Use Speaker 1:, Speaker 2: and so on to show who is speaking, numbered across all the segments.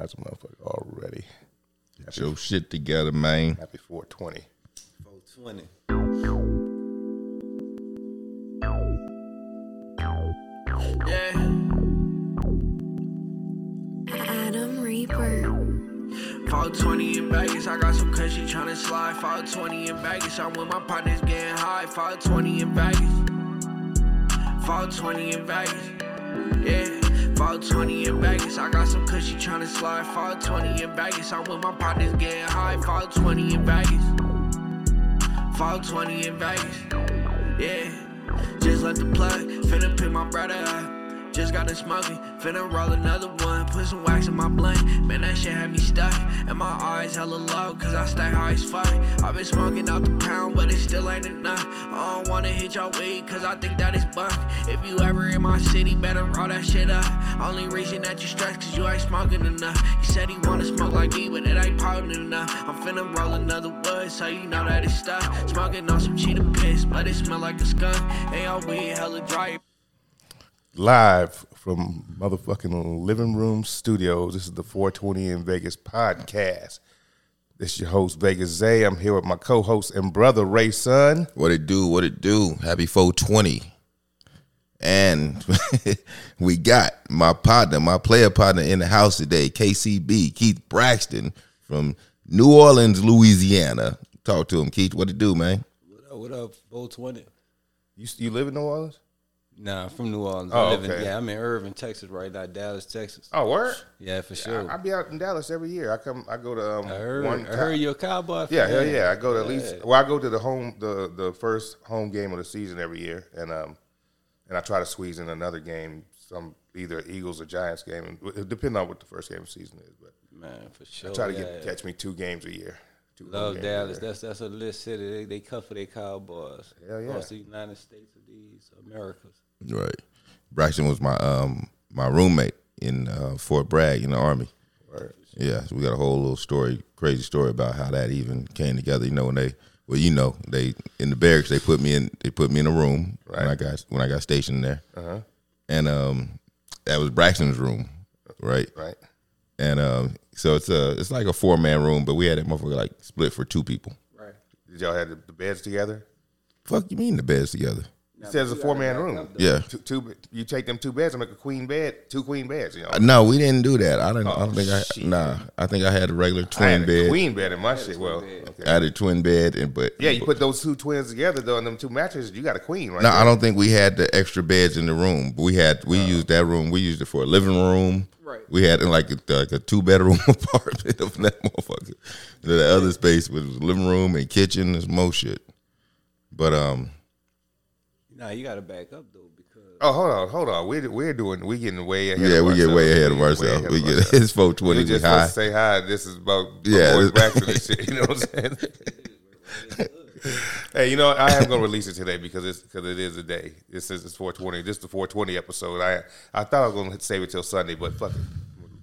Speaker 1: as a motherfucker already.
Speaker 2: Get your shit together, man.
Speaker 1: Happy 420.
Speaker 3: 420.
Speaker 4: Yeah.
Speaker 5: Adam Reaper.
Speaker 4: 520 in baggage, I got some cushy tryna slide. 520 in baggage, I'm with my partners getting high. 520 in baggage. 520 in baggage. Yeah. 520 in baggage, I got some cushy tryna slide. 520 in baggage, I'm with my partners getting high. 520 in baggage. 520 in Vegas. Yeah, just left the plug, finna pick my brother up. Just got a smoking, finna roll another one. Put some wax in my blunt, man, that shit had me stuck. And my eyes hella low, cause I stay high as fuck. i been smoking out the pound, but it still ain't enough. I don't wanna hit y'all weed, cause I think that is bunk. If you ever in my city, better roll that shit up. Only reason that you stress, cause you ain't smoking enough. You said he wanna smoke like me, but it ain't potent enough. I'm finna roll another wood, so you know that it's stuck. Smoking on some cheetah piss, but it smell like a skunk. Ain't all weed hella dry.
Speaker 1: Live from motherfucking living room studios. This is the 420 in Vegas podcast. This is your host, Vegas Zay. I'm here with my co host and brother, Ray Sun.
Speaker 2: What it do? What it do? Happy 420. And we got my partner, my player partner in the house today, KCB, Keith Braxton from New Orleans, Louisiana. Talk to him, Keith. What it do, man?
Speaker 3: What up, what up, 420?
Speaker 1: You, you live in New Orleans?
Speaker 3: Nah, I'm from New Orleans.
Speaker 1: Oh,
Speaker 3: I live
Speaker 1: okay.
Speaker 3: in, yeah, I'm in Irving, Texas right now, Dallas, Texas.
Speaker 1: Oh, word?
Speaker 3: Yeah, for
Speaker 1: I,
Speaker 3: sure.
Speaker 1: I be out in Dallas every year. I come, I go to um,
Speaker 3: I heard,
Speaker 1: one.
Speaker 3: I heard you're a cowboy.
Speaker 1: Yeah, hell
Speaker 3: fan.
Speaker 1: yeah. I go to at least well, I go to the home the the first home game of the season every year, and um, and I try to squeeze in another game, some either Eagles or Giants game, and- depending on what the first game of the season is. But
Speaker 3: Man, for sure.
Speaker 1: try to
Speaker 3: Oh, yeah.
Speaker 1: get catch me two games a year. Two home
Speaker 3: Love
Speaker 1: games a
Speaker 3: Dallas.
Speaker 1: year.
Speaker 3: That's that's a lit city. They, they cut for their cowboys.
Speaker 1: Hell yeah.
Speaker 3: Across the United States of these Americas.
Speaker 2: Right. Braxton was my um my roommate in uh, Fort Bragg in the Army.
Speaker 1: Word.
Speaker 2: Yeah, so we got a whole little story, crazy story about how that even came together. You know, when they, well, you know, they in the barracks, they put me in, they put me in a room when I got when I got stationed there,
Speaker 1: Uh-huh.
Speaker 2: and um, that was Braxton's room, right?
Speaker 1: right.
Speaker 2: And um, so it's a, it's like a four man room, but we had that motherfucker like split for two people.
Speaker 3: Right.
Speaker 1: Did y'all have the, the beds together?
Speaker 2: Fuck you mean the beds together?
Speaker 1: It says a four man room.
Speaker 2: Yeah.
Speaker 1: Two, two, you take them two beds and make a queen bed, two queen beds. You know,
Speaker 2: Uh, No, we didn't do that. I don't. I
Speaker 1: Oh,
Speaker 2: don't think I.
Speaker 1: shit.
Speaker 2: Nah, I think I had a regular
Speaker 1: I had
Speaker 2: twin
Speaker 1: a
Speaker 2: bed.
Speaker 1: queen bed in my shit. Well, okay.
Speaker 2: I had a twin bed, and but
Speaker 1: yeah, you put those two twins together though, and them two mattresses, you got a queen, right?
Speaker 2: No,
Speaker 1: there.
Speaker 2: I don't think we had the extra beds in the room. We had
Speaker 1: Uh-huh.
Speaker 2: we used that room. We used it for a living room.
Speaker 3: Right.
Speaker 2: We had like a, like a two bedroom apartment of that motherfucker. The other space was living room and kitchen and some more shit. But um,
Speaker 3: Nah, you gotta back up though because
Speaker 1: Oh, hold on, hold on. We're we're doing we're getting way ahead.
Speaker 2: yeah,
Speaker 1: of
Speaker 2: we get
Speaker 1: ourselves.
Speaker 2: way ahead of
Speaker 1: We're
Speaker 2: ourselves.
Speaker 1: way
Speaker 2: We
Speaker 1: ahead
Speaker 2: get
Speaker 1: of ourselves.
Speaker 2: it's four twenty.
Speaker 1: We're
Speaker 2: We
Speaker 1: just supposed
Speaker 2: high.
Speaker 1: to say hi. This is about
Speaker 2: Yeah,
Speaker 1: yeah, boys
Speaker 2: this-
Speaker 1: back to this shit. You know what I'm saying? hey, you know I am gonna release it today because it's because it is a day. It says it's 420. This is the 420 episode. I I thought I was gonna save it till Sunday, but fuck it,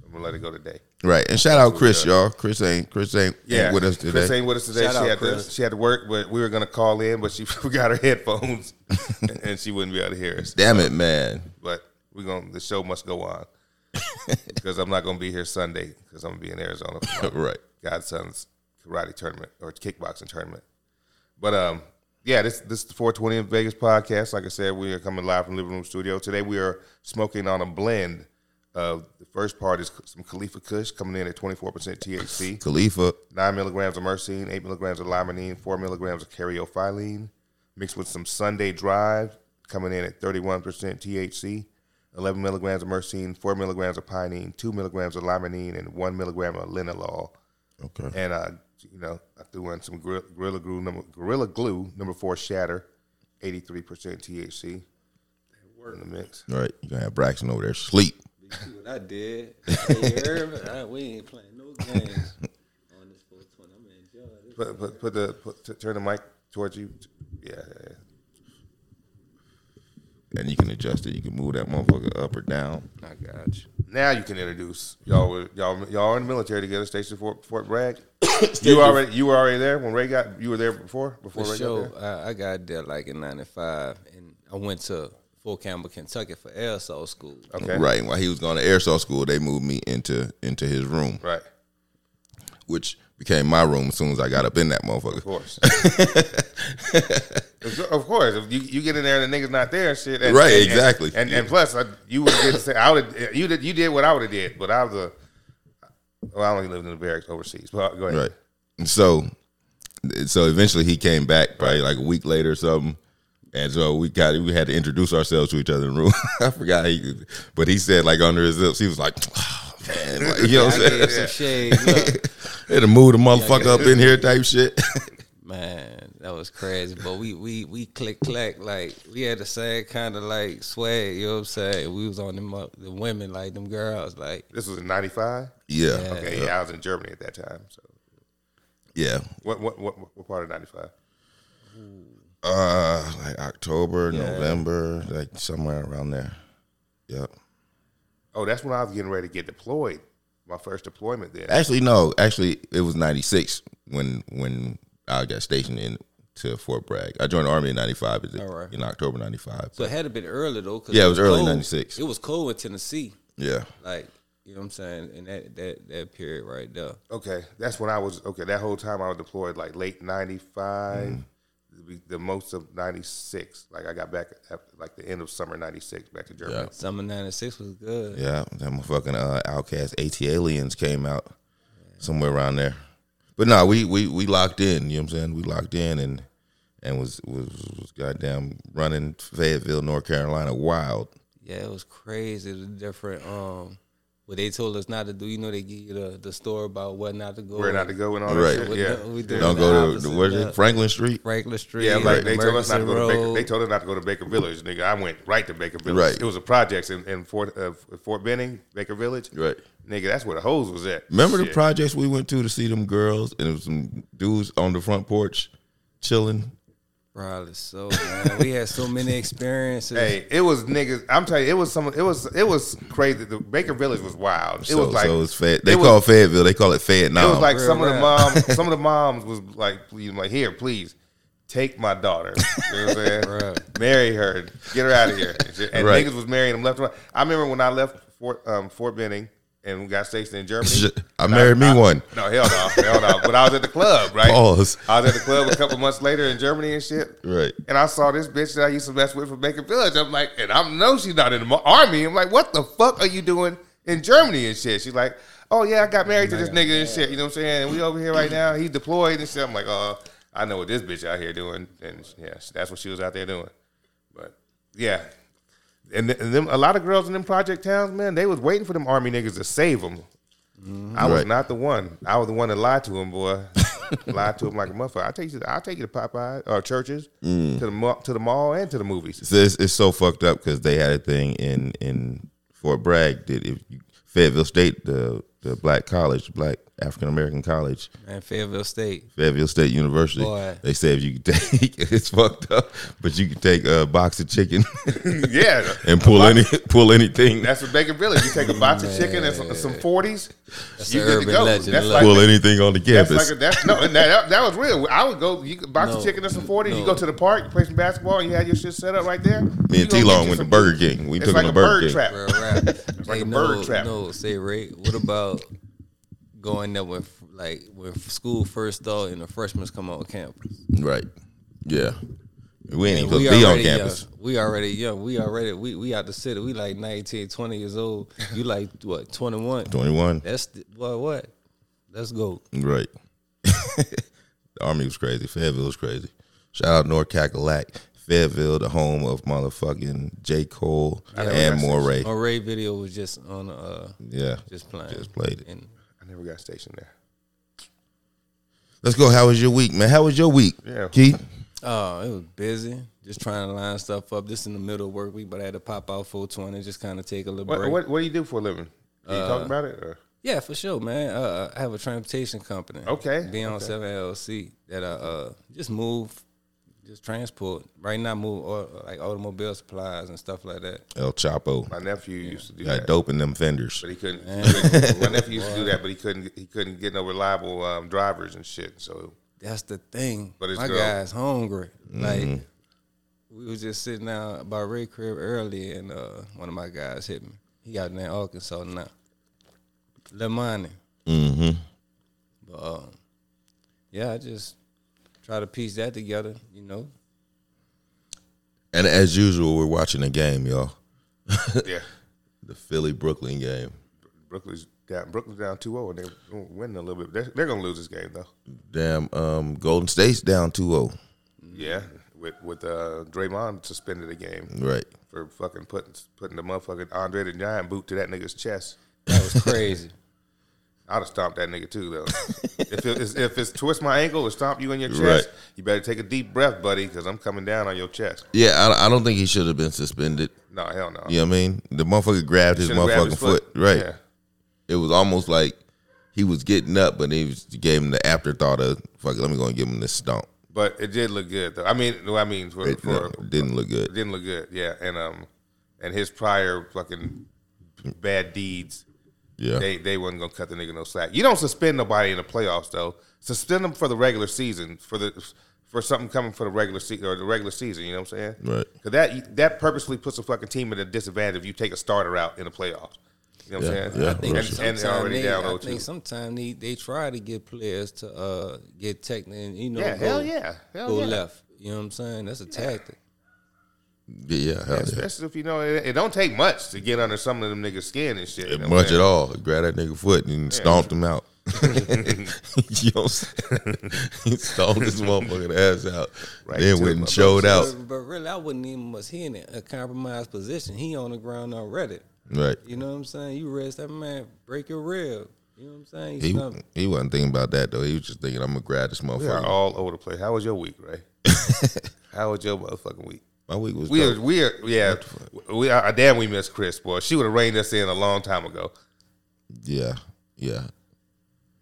Speaker 1: I'm gonna let it go today.
Speaker 2: Right. And shout out Chris, y'all. Chris ain't Chris ain't, ain't with us today.
Speaker 1: Chris ain't with us today.
Speaker 3: Shout
Speaker 1: she
Speaker 3: out,
Speaker 1: had to
Speaker 3: Chris.
Speaker 1: she had to work, but we were gonna call in, but she forgot her headphones and she wouldn't be able to hear us.
Speaker 2: Damn it, man.
Speaker 1: but we're going the show must go on because I'm not gonna be here Sunday because I'm gonna be in Arizona for my
Speaker 2: Right.
Speaker 1: godson's karate tournament or kickboxing tournament. But um, yeah, this this is the 420 in Vegas podcast. Like I said, we are coming live from Living Room Studio today. We are smoking on a blend. of the first part is some Khalifa Kush coming in at 24% THC
Speaker 2: Khalifa.
Speaker 1: nine milligrams of mercine, eight milligrams of limonene, four milligrams of caryophyllene, mixed with some Sunday Drive, coming in at 31% THC, 11 milligrams of mercine, four milligrams of pinene, two milligrams of limonene, and one milligram of linalool.
Speaker 2: Okay.
Speaker 1: And uh, you know, I threw in some Gorilla, gorilla Glue number Gorilla Glue number four shatter, 83% THC. In the mix.
Speaker 2: Right. You gonna have Braxton over there sleep.
Speaker 3: you see what I did. Hey, Irvin, I, we ain't playing no games on this 420. I'm gonna enjoy this.
Speaker 1: Put, put, put the put, t- turn the mic towards you. Yeah, yeah, yeah.
Speaker 2: And you can adjust it. You can move that motherfucker up or down.
Speaker 3: I got you.
Speaker 1: Now you can introduce y'all. Were, y'all, y'all were in the military together, stationed Fort Fort Bragg. you already, you were already there when Ray got. You were there before, before
Speaker 3: For
Speaker 1: Ray
Speaker 3: sure.
Speaker 1: got
Speaker 3: I, I got there like in 95 and I went to Fort Campbell, Kentucky for aerosol school.
Speaker 1: Okay.
Speaker 2: Right. While he was going to airsoft school, they moved me into into his room,
Speaker 1: Right.
Speaker 2: which became my room as soon as I got up in that motherfucker.
Speaker 1: Of course. of course. If you, you get in there and the nigga's not there, shit. And,
Speaker 2: Right,
Speaker 1: and-
Speaker 2: exactly.
Speaker 1: And and, and plus, I, you would get to say, I would you did you did what I would have did, but I was a. Well, I only lived in the barracks overseas. But go ahead.
Speaker 2: Right. And so, so eventually he came back probably like a week later or something. And so we got we had to introduce ourselves to each other in the room. I forgot he, but he said like under his lips, he was like, oh, man, like, you know
Speaker 3: I
Speaker 2: what I'm saying?
Speaker 3: gave some shade. Look,
Speaker 2: It'll move the motherfucker up in here type shit.
Speaker 3: Man, that was crazy. But we we we click clack like we had the same kind of like swag. You know what I'm saying? We was on them uh, the women like them girls like
Speaker 1: This was in '95.
Speaker 2: yeah,
Speaker 3: Yeah.
Speaker 1: Okay, yeah, I was in Germany at that time. So,
Speaker 2: yeah.
Speaker 1: what what what, what part of '95?
Speaker 2: Uh, like October, November, like somewhere around there. Yep.
Speaker 1: Oh, that's when I was getting ready to get deployed. My first deployment then.
Speaker 2: Actually, no. Actually, it was '96 when when I got stationed in to Fort Bragg. I joined the army in '95 is it?
Speaker 3: Alright.
Speaker 2: in October '95.
Speaker 3: So it had to been early though. 'cause
Speaker 2: Yeah, it was early
Speaker 3: cold.
Speaker 2: 96.
Speaker 3: It was cold in Tennessee.
Speaker 2: yeah,
Speaker 3: Like you know what I'm saying? And that that that period right there.
Speaker 1: Okay, that's when I was okay. That whole time I was deployed, like late
Speaker 2: Mm.
Speaker 1: '95, the, the most of '96. Like I got back at like the end of summer '96, back to Germany.
Speaker 3: Summer '96 was good.
Speaker 2: yeah. That motherfucking uh, Outcast AT Aliens came out somewhere around there. But no, we we we locked in. You know what I'm saying? We locked in and and was was, was goddamn running Fayetteville, North Carolina, wild.
Speaker 3: Yeah, it was crazy. The different um, what they told us not to do. You know, they give you the the story about what not to go.
Speaker 1: Where not to go and all that
Speaker 2: Right.
Speaker 1: shit.
Speaker 3: What
Speaker 1: Yeah,
Speaker 3: the- we doing
Speaker 2: Don't
Speaker 3: the
Speaker 2: go to
Speaker 3: opposite
Speaker 2: the, where's
Speaker 3: of
Speaker 2: it?
Speaker 3: that.
Speaker 2: Franklin Street.
Speaker 3: Franklin Street.
Speaker 1: yeah. Like they told us not
Speaker 3: Murchison
Speaker 1: to go to Baker.
Speaker 3: Road.
Speaker 1: They told us not to go to Baker Village, nigga. I went right to Baker Village.
Speaker 2: Right.
Speaker 1: It was a project in, in Fort uh, Fort Benning, Baker Village.
Speaker 2: Right.
Speaker 1: Nigga, that's where the hose was at.
Speaker 2: Remember the
Speaker 1: Shit.
Speaker 2: projects we went to to see them girls and it was some dudes on the front porch chilling.
Speaker 3: Probably so, man. we had so many experiences.
Speaker 1: Hey, it was niggas. I'm telling you, it was some. It was it was crazy. The Baker Village was wild. It
Speaker 2: so,
Speaker 1: was like
Speaker 2: so it's Fed. They
Speaker 1: it was-
Speaker 2: call Fayetteville. They call it Fed now.
Speaker 1: It was like
Speaker 3: Real
Speaker 1: some of the
Speaker 3: rap.
Speaker 1: moms, some of the moms was like, please, like, here, please, take my daughter. You know what I'm saying?
Speaker 3: Right.
Speaker 1: Marry her. Get her out of here. And shit. And
Speaker 2: Right.
Speaker 1: niggas was marrying them left and right. I remember when I left Fort, um, Fort Benning and got stationed in Germany.
Speaker 2: I married me
Speaker 1: I-
Speaker 2: one.
Speaker 1: No, hell no, hell no. But I was at the club, right?
Speaker 2: Pause.
Speaker 1: I was at the club a couple months later in Germany and shit.
Speaker 2: Right.
Speaker 1: And I saw this bitch that I used to mess with from Baker Village. I'm like, and I know she's not in the mo- army. I'm like, what the fuck are you doing in Germany and shit? She's like, oh yeah, I got married to this nigga and shit. You know what I'm saying? And we over here right now. He's deployed and shit. I'm like, oh, I know what this bitch out here doing. And yeah, that's what she was out there doing. But yeah. And, th- and them, a lot of girls in them project towns, man, they was waiting for them army niggas to save them. I was
Speaker 2: Right.
Speaker 1: not the one. I was the one that lied to him, boy. lied to him like a motherfucker. I take you. I take you to Popeye or churches,
Speaker 2: Mm.
Speaker 1: to the mall, to the mall, and to the movies.
Speaker 2: So it's, it's so fucked up because they had a thing in in Fort Bragg that if you, Fayetteville State, the the black college, the black African American college,
Speaker 3: man, Fayetteville State.
Speaker 2: Fayetteville State University,
Speaker 3: Boy.
Speaker 2: they said if you could take, it's fucked up, but you could take a box of chicken
Speaker 1: yeah,
Speaker 2: and pull any pull anything,
Speaker 1: that's what Baker Village. You take a box of chicken and some- some forties. You good
Speaker 3: an
Speaker 1: to
Speaker 3: urban
Speaker 1: go.
Speaker 3: legend,
Speaker 1: That's
Speaker 3: look.
Speaker 1: like.
Speaker 2: pull anything on the
Speaker 1: that's
Speaker 2: campus.
Speaker 1: like a, that's no, and that, that was real. I would go, you could box of
Speaker 3: No,
Speaker 1: chicken and some 40, you
Speaker 3: no.
Speaker 1: go to the park, you play some basketball, and you had your shit set up right there.
Speaker 2: Me and T Long went to Burger King. We
Speaker 1: It's
Speaker 2: took
Speaker 1: like
Speaker 2: him
Speaker 1: a
Speaker 2: to Burger
Speaker 1: bird
Speaker 2: King.
Speaker 1: trap.
Speaker 3: Real rap.
Speaker 1: like
Speaker 3: Hey,
Speaker 1: a
Speaker 3: no,
Speaker 1: bird trap.
Speaker 3: No, say Ray. What about going there with like when school first started and the freshmen come on campus?
Speaker 2: Right. Yeah. We ain't even
Speaker 3: we
Speaker 2: supposed to be on
Speaker 3: already
Speaker 2: campus.
Speaker 3: Young. We already young. We already we we out the city. We like 19, 20 years old. You like what twenty one?
Speaker 2: 21.
Speaker 3: That's the, what what. Let's go.
Speaker 2: Right. the army was crazy. Fayetteville was crazy. Shout out North Cackalack. Fayetteville, the home of motherfucking J. Cole and Moray.
Speaker 3: Our Ray video was just on uh
Speaker 2: Yeah.
Speaker 3: just playing.
Speaker 2: Just played it.
Speaker 3: And
Speaker 1: I never got stationed there.
Speaker 2: Let's go. How was your week, man? How was your week?
Speaker 1: Yeah.
Speaker 2: Keith?
Speaker 3: Oh, it was busy. Just trying to line stuff up. This in the middle of work week, but I had to pop out full twenty. Just kind of take a little
Speaker 1: What,
Speaker 3: break.
Speaker 1: what, what do you do for a living? Can you talk about it? Or?
Speaker 3: Yeah, for sure, man. Uh, I have a transportation company.
Speaker 1: Okay,
Speaker 3: being on Seven LLC that I uh, just move, just transport. Right now, move au- like automobile supplies and stuff like that.
Speaker 2: El Chapo.
Speaker 1: My nephew used to do
Speaker 2: Got
Speaker 1: that.
Speaker 2: dope in them fenders.
Speaker 1: but he couldn't. my nephew used to do that, but he couldn't. He couldn't get no reliable um, drivers and shit. So
Speaker 3: That's the thing.
Speaker 1: But it's
Speaker 3: my
Speaker 1: girl.
Speaker 3: guy's hungry. Like we was just sitting down by Ray Crib early, and uh, one of my guys hit me. He out there in Arkansas now. Lemani. Mm-hmm. But um, yeah, I just try to piece that together, you know.
Speaker 2: And as usual, we're watching a game, y'all.
Speaker 1: Yeah.
Speaker 2: The Philly Brooklyn game.
Speaker 1: Brooklyn's down. Brooklyn's down 2-0, and they're winning a little bit. They're, they're gonna lose this game though.
Speaker 2: Damn, um, Golden State's down oh, 2-0.
Speaker 1: Yeah, with with uh, Draymond suspended a game
Speaker 2: Right.
Speaker 1: for fucking putting putting the motherfucking Andre the Giant boot to that nigga's chest.
Speaker 3: That was crazy.
Speaker 1: I'd have stomped that nigga too though. if it is, if it's twist my ankle or stomp you in your chest,
Speaker 2: Right.
Speaker 1: you better take a deep breath, buddy, because I'm coming down on your chest.
Speaker 2: Yeah, I, I don't think he should have been suspended.
Speaker 1: No, hell no.
Speaker 2: You know what I mean? The motherfucker grabbed his
Speaker 1: Should've grabbed
Speaker 2: motherfucking
Speaker 1: his
Speaker 2: foot. Right.
Speaker 1: Yeah.
Speaker 2: It was almost like he was getting up, but he was, gave him the afterthought of, fuck it, let me go and give him this stomp.
Speaker 1: But it did look good though. I mean, well, I mean, for,
Speaker 2: It,
Speaker 1: for
Speaker 2: no, didn't look
Speaker 1: it
Speaker 2: good.
Speaker 1: didn't look good. Yeah, and um, and his prior fucking bad deeds,
Speaker 2: Yeah.
Speaker 1: they they wasn't gonna cut the nigga no slack. You don't suspend nobody in the playoffs though. Suspend them for the regular season for the for something coming for the regular season or the regular season. You know what I'm saying?
Speaker 2: Right.
Speaker 1: Because that that purposely puts a fucking team at a disadvantage if you take a starter out in the playoffs. You know what
Speaker 2: Yeah,
Speaker 1: I'm saying?
Speaker 2: yeah, I
Speaker 1: and,
Speaker 2: think
Speaker 1: and
Speaker 3: Sometimes
Speaker 1: they're already
Speaker 3: they,
Speaker 1: down
Speaker 3: I
Speaker 1: 0-2.
Speaker 3: think sometimes they, they try to get players to uh, get technical. and, You know,
Speaker 1: Yeah,
Speaker 3: go,
Speaker 1: hell yeah, hell
Speaker 3: go
Speaker 1: yeah.
Speaker 3: left. You know what I'm saying? That's a tactic.
Speaker 2: Yeah, hell yeah.
Speaker 1: Especially if you know it, it don't take much to get under some of them niggas' skin and shit. you know what I'm
Speaker 2: Much at
Speaker 1: saying?
Speaker 2: all. Grab that nigga foot and stomped him out. you know what I'm saying? He stomped his motherfucking ass out.
Speaker 1: Right
Speaker 2: then
Speaker 1: to
Speaker 2: went
Speaker 1: him,
Speaker 2: and
Speaker 1: motherfucker.
Speaker 2: showed out.
Speaker 3: But, but really, I wouldn't even much. He in a compromised position. He on the ground already.
Speaker 2: Right.
Speaker 3: You know what I'm saying? You rest that man, break your rib. You know what I'm saying?
Speaker 2: He,
Speaker 3: Stomp-
Speaker 2: he wasn't thinking about that though. He was just thinking, I'm gonna grab this
Speaker 1: We are
Speaker 2: motherfucker.
Speaker 1: all over the place. How was your week, Ray? How was your motherfucking week?
Speaker 2: My week was
Speaker 1: We
Speaker 2: tough.
Speaker 1: are, we are, yeah, we are, damn, we missed Chris, boy. She would have reined us in a long time ago.
Speaker 2: Yeah, yeah.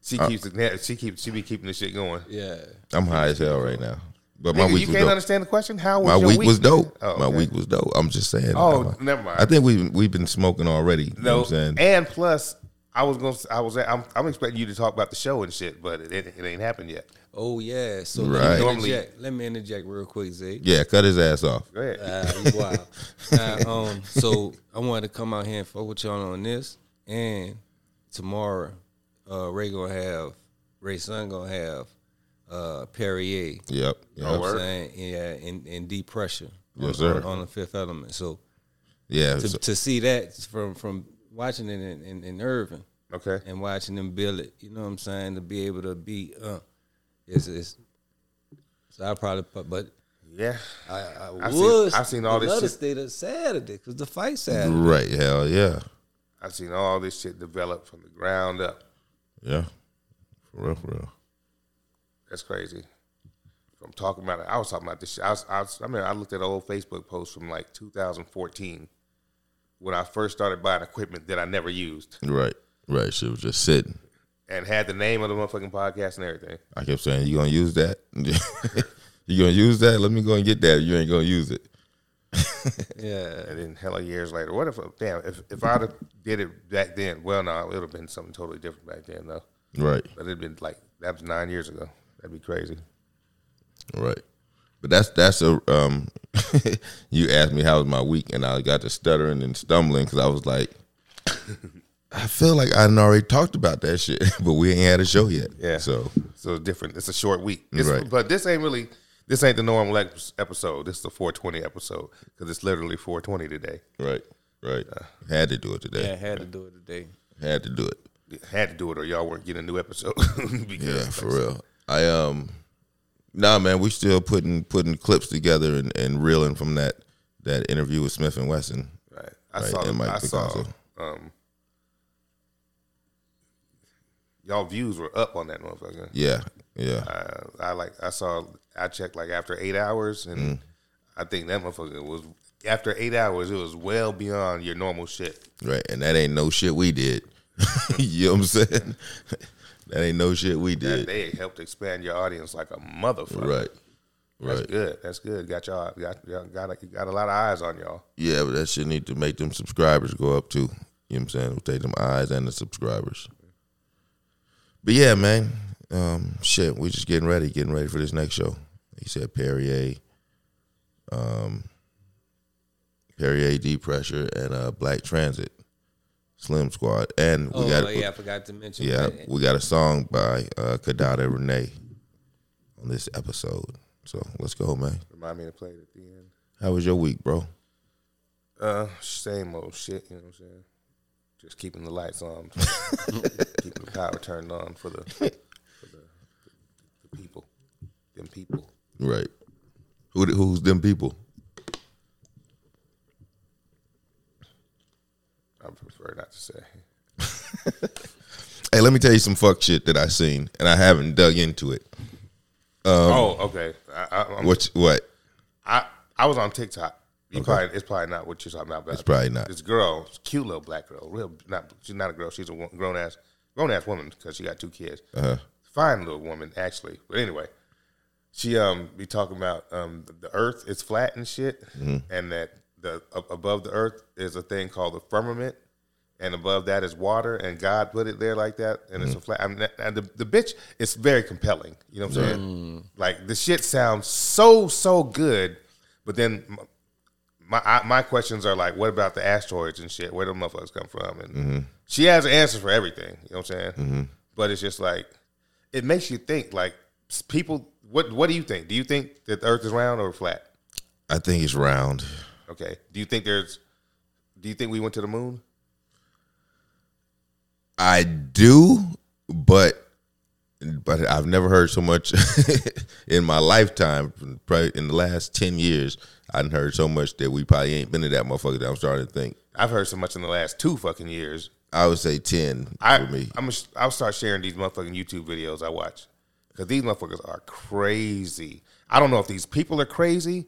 Speaker 1: She
Speaker 2: Uh,
Speaker 1: keeps, she keeps, she be keeping this shit going.
Speaker 3: yeah.
Speaker 2: I'm high as hell right now. But my
Speaker 1: Nigga,
Speaker 2: week
Speaker 1: you
Speaker 2: was
Speaker 1: can't
Speaker 2: dope.
Speaker 1: understand the question. How was
Speaker 2: My
Speaker 1: your
Speaker 2: week, was dope.
Speaker 1: Oh,
Speaker 2: My
Speaker 1: okay.
Speaker 2: week was dope. I'm just saying.
Speaker 1: Oh,
Speaker 2: I'm-
Speaker 1: never mind.
Speaker 2: I think we've we've been smoking already. You know
Speaker 1: no,
Speaker 2: what I'm saying?
Speaker 1: and plus, I was gonna, I was, I'm, I'm expecting you to talk about the show and shit, but it, it, it ain't happened yet.
Speaker 3: Oh yeah. So
Speaker 2: Right.
Speaker 3: let me
Speaker 1: Normally-
Speaker 3: interject. Let me interject real quick, Z.
Speaker 2: Yeah, cut his ass off.
Speaker 1: Go ahead.
Speaker 3: Uh, you wild. Nah, um, so I wanted to come out here and fuck with y'all on this. And tomorrow, uh, Ray gonna have Ray Sun gonna have uh, Perrier.
Speaker 2: Yep.
Speaker 3: You
Speaker 1: Oh,
Speaker 3: know
Speaker 2: yep.
Speaker 3: what I'm saying? Yeah, and, and deep pressure.
Speaker 2: Yes,
Speaker 3: on,
Speaker 2: sir.
Speaker 3: on- on the fifth element. So
Speaker 2: Yeah.
Speaker 3: to,
Speaker 2: so-
Speaker 3: to see that from from watching it in, in, in Irving
Speaker 1: Okay.
Speaker 3: and watching them build it, you know what I'm saying? To be able to be uh is is so I probably put but
Speaker 1: Yeah.
Speaker 3: I, I
Speaker 1: I've seen-
Speaker 3: would
Speaker 1: I've seen all this
Speaker 3: love to
Speaker 1: shit.
Speaker 3: stay to Saturday because the fight Saturday.
Speaker 2: right. Hell yeah.
Speaker 1: I've seen all this shit develop from the ground up.
Speaker 2: Yeah. For real. For real.
Speaker 1: That's crazy. I'm talking about it. I was talking about this shit. I, was, I, was, I mean, I looked at an old Facebook post from like 2014 when I first started buying equipment that I never used
Speaker 2: Right. Right. She was just sitting.
Speaker 1: and had the name of the motherfucking podcast and everything.
Speaker 2: I kept saying, "You gonna use that? you gonna use that? Let me go and get that. You ain't gonna use it."
Speaker 3: Yeah.
Speaker 1: And then hella years later, what if damn if, if I'd have did it back then? Well, no, it would have been something totally different back then though.
Speaker 2: Right.
Speaker 1: But it'd been like that was nine years ago. That'd be crazy.
Speaker 2: Right. But that's that's a um you asked me how was my week and I got to stuttering and stumbling cuz I was like I feel like I done already talked about that shit, but we ain't had a show yet.
Speaker 1: Yeah.
Speaker 2: So
Speaker 1: So it's different. It's a short week. It's-
Speaker 2: Right.
Speaker 1: But this ain't really this ain't the normal ep- episode. This is the 420 episode because it's literally 420 today.
Speaker 2: right, right. Had to do it
Speaker 3: Yeah, I
Speaker 2: today.
Speaker 3: had to do it today.
Speaker 2: Had to do it.
Speaker 1: had to do it or y'all weren't getting a new episode. because
Speaker 2: Yeah, for real. I um nah man, we still putting putting clips together and, and reeling from that that interview with Smith and Wesson.
Speaker 1: Right. I
Speaker 2: Right,
Speaker 1: saw.
Speaker 2: and Mike
Speaker 1: I saw.
Speaker 2: Picasso.
Speaker 1: Um, y'all views were up on that motherfucker.
Speaker 2: Yeah. Yeah.
Speaker 1: Uh, I like. I saw. I checked like after eight hours,
Speaker 2: Mm.
Speaker 1: and I think that motherfucker was after eight hours. It was well beyond your normal shit.
Speaker 2: Right. And that ain't no shit we did. you know what I'm saying? that ain't no shit we
Speaker 1: That
Speaker 2: did.
Speaker 1: they helped expand your audience like a motherfucker.
Speaker 2: Right.
Speaker 1: That's
Speaker 2: Right.
Speaker 1: good. That's good. Got y'all. Got y'all got a, got a lot of eyes on y'all.
Speaker 2: Yeah, but that shit need to make them subscribers go up too. You know what I'm saying? We'll take them eyes and the subscribers. But yeah, man. Um, shit, we just getting ready, getting ready for this next show. He said Perrier. Perrier D Pressure, and uh, Black Transit, Slim Squad, and we
Speaker 3: Oh,
Speaker 2: got
Speaker 3: yeah, I forgot to mention.
Speaker 2: yeah,
Speaker 3: that.
Speaker 2: we got a song by uh, Kadada Renee on this episode. So let's go, man.
Speaker 1: Remind me to play it at the end.
Speaker 2: How was your week, bro? Uh-huh.
Speaker 1: Uh, same old shit. You know what I'm saying? Just keeping the lights on, keeping the power turned on for the for the, the people, them people.
Speaker 2: Right. Who th- who's them people?
Speaker 1: I prefer not to say.
Speaker 2: Hey, let me tell you some fuck shit that I seen, and I haven't dug into it.
Speaker 1: oh, okay. I, I, I'm-
Speaker 2: What's Um, what?
Speaker 1: I I was on TikTok. You probably it's probably not what you're talking about. But
Speaker 2: It's probably not.
Speaker 1: This girl, this cute little black girl, real not she's not a girl. She's a grown ass grown ass woman because she got two kids. Fine little woman actually, but anyway, she um be talking about um the Earth is flat and shit, and that the a- above the Earth is a thing called the firmament. And above that is water, and God put it there like that, and it's a flat. I mean, that- and the, the bitch is very compelling. You know what I'm saying? Like the shit sounds so so good, but then my I, my questions are like, what about the asteroids and shit? Where do motherfuckers come from? And she has answers for everything. You know what I'm saying? But it's just like it makes you think. Like s- people, what what do you think? Do you think that the Earth is round or flat?
Speaker 2: I think it's round.
Speaker 1: Okay. Do you think there's? Do you think we went to the moon?
Speaker 2: I do, but but I've never heard so much in my lifetime. Probably in the last ten years, I've heard so much that we probably ain't been to that motherfucker. That I'm starting to think.
Speaker 1: I've heard so much in the last two fucking years.
Speaker 2: I would say ten
Speaker 1: I,
Speaker 2: for me.
Speaker 1: I'm gonna, sh- I'll start sharing these motherfucking YouTube videos I watch because these motherfuckers are crazy. I don't know if these people are crazy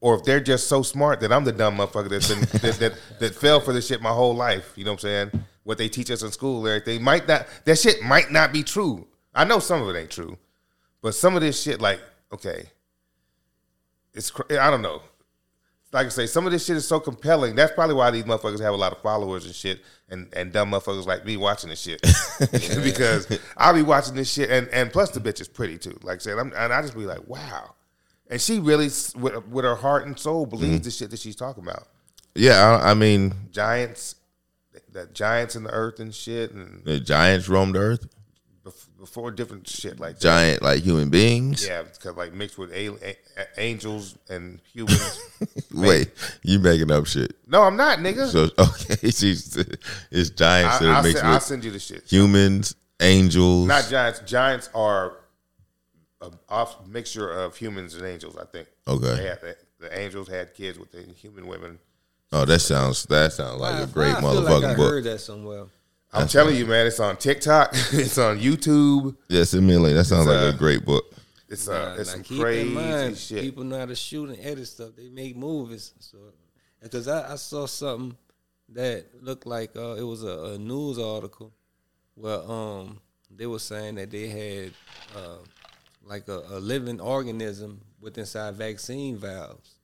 Speaker 1: or if they're just so smart that I'm the dumb motherfucker that's been, that, that that fell for this shit my whole life. You know what I'm saying? What they teach us in school, and everything might not that shit might not be true. I know some of it ain't true, but some of this shit, like okay, it's cr- I don't know like I say, some of this shit is so compelling. That's probably why these motherfuckers have a lot of followers and shit, and, and dumb motherfuckers like me watching this shit because I'll be watching this shit, and, and plus the bitch is pretty too. Like I said, I'm, and I just be like, wow, and she really s- with with her heart and soul believes
Speaker 2: Mm-hmm.
Speaker 1: the shit that she's talking about.
Speaker 2: yeah, I, I mean
Speaker 1: Giants, the giants in the earth and shit, and
Speaker 2: the giants roamed the earth.
Speaker 1: bef- before different shit like that.
Speaker 2: Giant like human beings.
Speaker 1: Yeah, because like mixed with a, a, angels and humans.
Speaker 2: Wait, you making up shit?
Speaker 1: no, I'm not, nigga.
Speaker 2: So okay, she's it's giants
Speaker 1: I,
Speaker 2: that are
Speaker 1: I'll,
Speaker 2: mixed
Speaker 1: send, I'll
Speaker 2: with
Speaker 1: send you the shit.
Speaker 2: humans, angels.
Speaker 1: Not giants. Giants are a off mixture of humans and angels. I think.
Speaker 2: Okay.
Speaker 1: They had, the, the angels had kids with the human women.
Speaker 2: oh, that sounds that sounds like a great
Speaker 3: I feel
Speaker 2: motherfucking
Speaker 3: like I
Speaker 2: book.
Speaker 3: heard that somewhere.
Speaker 1: I'm telling you, man. It's on TikTok. it's on YouTube.
Speaker 2: Yeah, send me a link. That sounds like
Speaker 1: uh,
Speaker 2: a great book.
Speaker 1: It's
Speaker 3: Nah,
Speaker 1: uh, it's
Speaker 3: nah,
Speaker 1: some
Speaker 3: keep
Speaker 1: crazy
Speaker 3: in mind,
Speaker 1: shit.
Speaker 3: People know how to shoot and edit stuff. They make movies. So, because I, I saw something that looked like uh, it was a, a news article where um they were saying that they had uh, like a, a living organism with inside vaccine valves,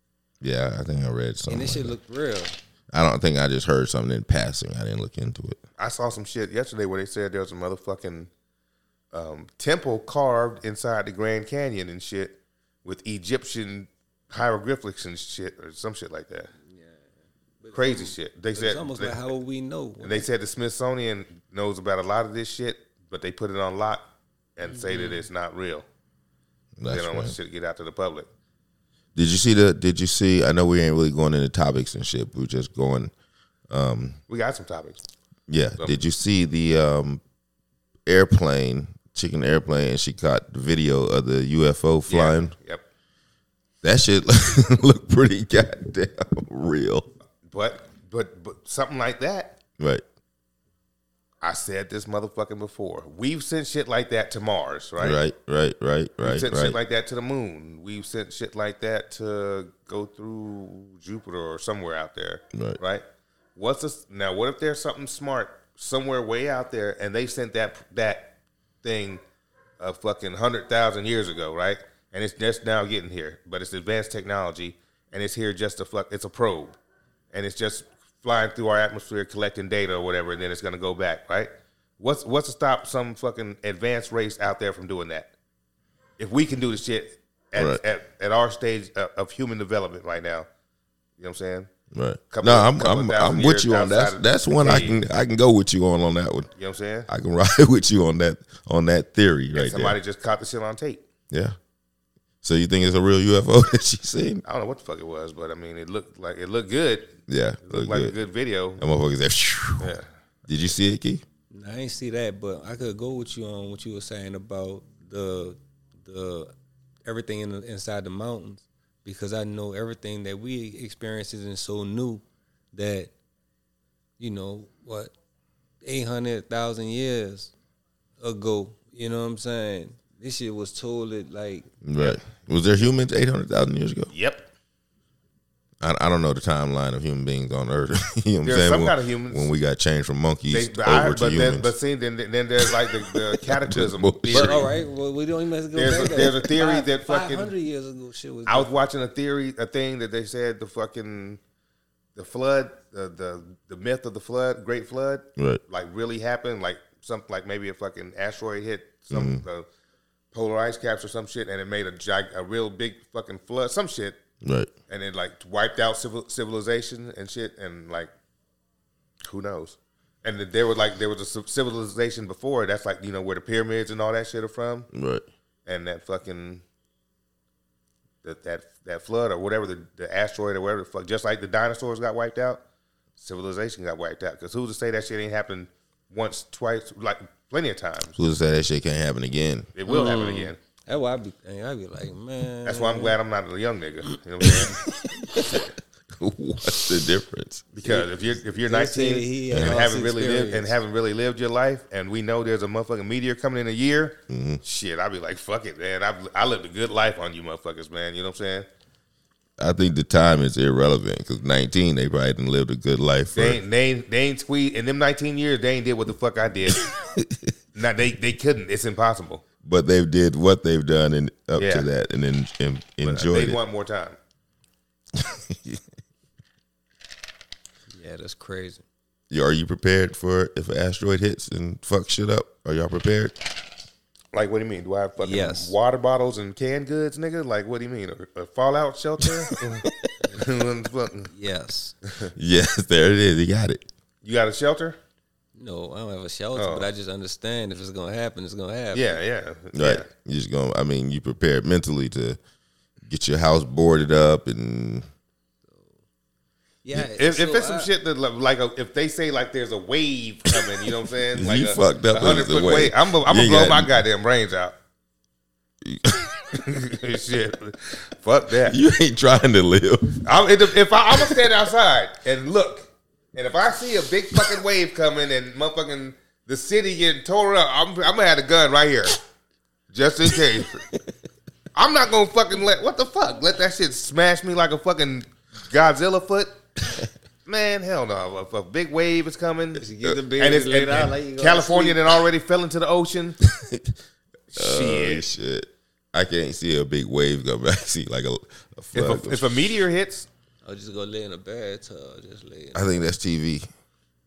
Speaker 2: Yeah, I think I read something.
Speaker 3: and this shit
Speaker 2: like
Speaker 3: looked real.
Speaker 2: that. I don't think I just heard something in passing. I didn't look into it.
Speaker 1: I saw some shit yesterday where they said there was a motherfucking um, temple carved inside the Grand Canyon and shit with Egyptian hieroglyphics and shit or some shit like that. Crazy shit. They said
Speaker 3: It's almost
Speaker 1: they-
Speaker 3: like how would we know?
Speaker 1: And they said the Smithsonian knows about a lot of this shit, but they put it on lock and say that it's not real.
Speaker 2: That's
Speaker 1: they don't want
Speaker 2: right.
Speaker 1: the shit to get out to the public.
Speaker 2: Did you see the? Did you see? I know we ain't really going into topics and shit. We're just going.
Speaker 1: We got some topics.
Speaker 2: Yeah. Did you see the um, airplane? Chicken airplane, and she caught the video of the UFO
Speaker 1: Yeah.
Speaker 2: flying.
Speaker 1: Yep.
Speaker 2: That shit looked pretty goddamn real.
Speaker 1: But but but something like that.
Speaker 2: Right.
Speaker 1: I said this motherfucking before. We've sent shit like that to Mars, right?
Speaker 2: Right. Right. Right.
Speaker 1: We've
Speaker 2: Right.
Speaker 1: sent
Speaker 2: Right.
Speaker 1: shit like that to the moon. We've sent shit like that to go through Jupiter or somewhere out there.
Speaker 2: Right.
Speaker 1: What's this now? What if there's something smart somewhere way out there, and they sent that that thing a fucking hundred thousand years ago, right? And it's just now getting here, but it's advanced technology, and it's here just to fuck. It's a probe, and it's just flying through our atmosphere, collecting data or whatever, and then it's gonna go back, right? What's what's to stop some fucking advanced race out there from doing that? If we can do the shit at,
Speaker 2: Right.
Speaker 1: at, at our stage of, of human development right now. You know what I'm saying?
Speaker 2: Right.
Speaker 1: Couple-
Speaker 2: no, I'm
Speaker 1: couple
Speaker 2: I'm,
Speaker 1: thousand
Speaker 2: I'm with you
Speaker 1: years
Speaker 2: on that.
Speaker 1: outside of-
Speaker 2: That's one I
Speaker 1: Yeah.
Speaker 2: can I can go with you on on that one.
Speaker 1: You know what I'm saying?
Speaker 2: I can ride with you on that on that theory right
Speaker 1: Somebody just caught the shit on tape.
Speaker 2: there. Yeah. So you think it's a real UFO that she seen?
Speaker 1: I don't know what the fuck it was, but I mean, it looked like it looked good. It
Speaker 2: Yeah.
Speaker 1: looked
Speaker 2: Look
Speaker 1: like
Speaker 2: good.
Speaker 1: a good video.
Speaker 2: That motherfucker's there. phew.
Speaker 1: Yeah.
Speaker 2: Did you see it, Key?
Speaker 3: Now, I ain't see that, but I could go with you on what you were saying about the the everything in the, inside the mountains because I know everything that we experience is so new that you know what eight hundred thousand years ago. You know what I'm saying? This shit was totally like
Speaker 2: Right. Was there humans eight hundred thousand years ago?
Speaker 1: Yep.
Speaker 2: I, I don't know the timeline of human beings on Earth. you know what I'm
Speaker 1: There are
Speaker 2: saying?
Speaker 1: some
Speaker 2: when,
Speaker 1: kind of humans.
Speaker 2: when we got changed from
Speaker 1: They,
Speaker 2: monkeys
Speaker 1: but,
Speaker 2: over
Speaker 1: I,
Speaker 2: to
Speaker 1: but,
Speaker 2: humans.
Speaker 1: then, but see, then, then there's like the, the cataclysm
Speaker 2: bullshit.
Speaker 1: theory.
Speaker 3: But all right, well, we don't even have to go
Speaker 1: There's
Speaker 3: back
Speaker 1: a-
Speaker 3: there.
Speaker 1: there's a theory that fucking-
Speaker 3: 500 years ago shit was
Speaker 1: I was watching a theory, a thing that they said the fucking the flood, the the, the myth of the flood, Great Flood,
Speaker 2: Right.
Speaker 1: like really happened, like something like maybe a fucking asteroid hit some the polar ice caps or some shit, and it made a gig, a real big fucking flood, some shit,
Speaker 2: right.
Speaker 1: and it like wiped out civil, civilization and shit, and like who knows. And that there was like there was a civ- civilization before. That's like you know where the pyramids and all that shit are from
Speaker 2: Right.
Speaker 1: and that fucking that that that flood or whatever the, the asteroid or whatever the fuck, just like the dinosaurs got wiped out, civilization got wiped out. Because who's to say that shit ain't happened once, twice, like plenty of times?
Speaker 2: Who's to say that shit can't happen again?
Speaker 1: It will happen
Speaker 2: Mm.
Speaker 1: again.
Speaker 3: that's why I be I be like man
Speaker 1: That's why I'm glad I'm not a young nigga. You know what I'm saying?
Speaker 2: What's the difference?
Speaker 1: Because if you're if you're
Speaker 3: said
Speaker 1: 19
Speaker 3: he had
Speaker 1: and
Speaker 3: lost
Speaker 1: haven't really lived and
Speaker 3: experience.
Speaker 1: haven't really lived your life, and we know there's a motherfucking meteor coming in a year,
Speaker 2: Mm-hmm.
Speaker 1: shit, I'd be like, fuck it, man. I've, I lived a good life on you motherfuckers, man. You know what I'm saying?
Speaker 2: I think the time is irrelevant because 19, they probably didn't live a good life. For,
Speaker 1: They ain't, they ain't, they ain't tweet in them 19 years. They ain't did what the fuck I did. nah, they they couldn't. It's impossible.
Speaker 2: but they did what they've done and up
Speaker 1: Yeah.
Speaker 2: to that and then and enjoyed
Speaker 1: they
Speaker 2: it.
Speaker 1: want more time.
Speaker 3: yeah that's crazy
Speaker 2: Yo, Are you prepared for if an asteroid hits and fucks shit up? Are y'all prepared?
Speaker 1: Like, what do you mean? Do I have fucking
Speaker 3: Yes.
Speaker 1: water bottles and canned goods, nigga? Like, what do you mean? A, a fallout shelter? Fucking-
Speaker 3: yes
Speaker 2: yes, there it is. You got it.
Speaker 1: you got a shelter?
Speaker 3: No, I don't have a shelter,
Speaker 1: Oh.
Speaker 3: but I just understand if it's gonna happen, it's gonna happen.
Speaker 1: Yeah, yeah.
Speaker 2: Right.
Speaker 1: Yeah.
Speaker 2: You just going. to I mean, you prepared mentally to get your house boarded up and
Speaker 3: yeah.
Speaker 1: If, if
Speaker 3: so
Speaker 1: it's some
Speaker 3: I-
Speaker 1: shit that like, like a, if they say like there's a wave coming, you know what I'm saying? Like
Speaker 2: You
Speaker 1: a,
Speaker 2: fucked up
Speaker 1: a
Speaker 2: if
Speaker 1: hundred
Speaker 2: it's a
Speaker 1: foot
Speaker 2: wave.
Speaker 1: wave. I'm gonna I'm
Speaker 2: You
Speaker 1: gonna
Speaker 2: ain't
Speaker 1: blow
Speaker 2: got-
Speaker 1: my goddamn brains out. shit, fuck that.
Speaker 2: you ain't trying to live.
Speaker 1: I'm, if if I, I'm gonna stand outside and look, and if I see a big fucking wave coming and motherfucking the city getting tore up, I'm, I'm gonna have a gun right here, just in case. I'm not gonna fucking let what the fuck let that shit smash me like a fucking Godzilla foot. Man, hell no! If a big wave is coming, uh,
Speaker 3: Just get the
Speaker 1: and it's
Speaker 3: baby laid
Speaker 1: and-
Speaker 3: out
Speaker 1: and
Speaker 3: like you gonna
Speaker 1: California
Speaker 3: sleep.
Speaker 1: that already fell into the ocean.
Speaker 2: Oh,
Speaker 1: shit!
Speaker 2: shit. I can't see a big wave coming. I see like a, a flood.
Speaker 1: If a, if a meteor hits,
Speaker 3: I'll just go lay in a bathtub, just lay. In.
Speaker 2: I think that's TV.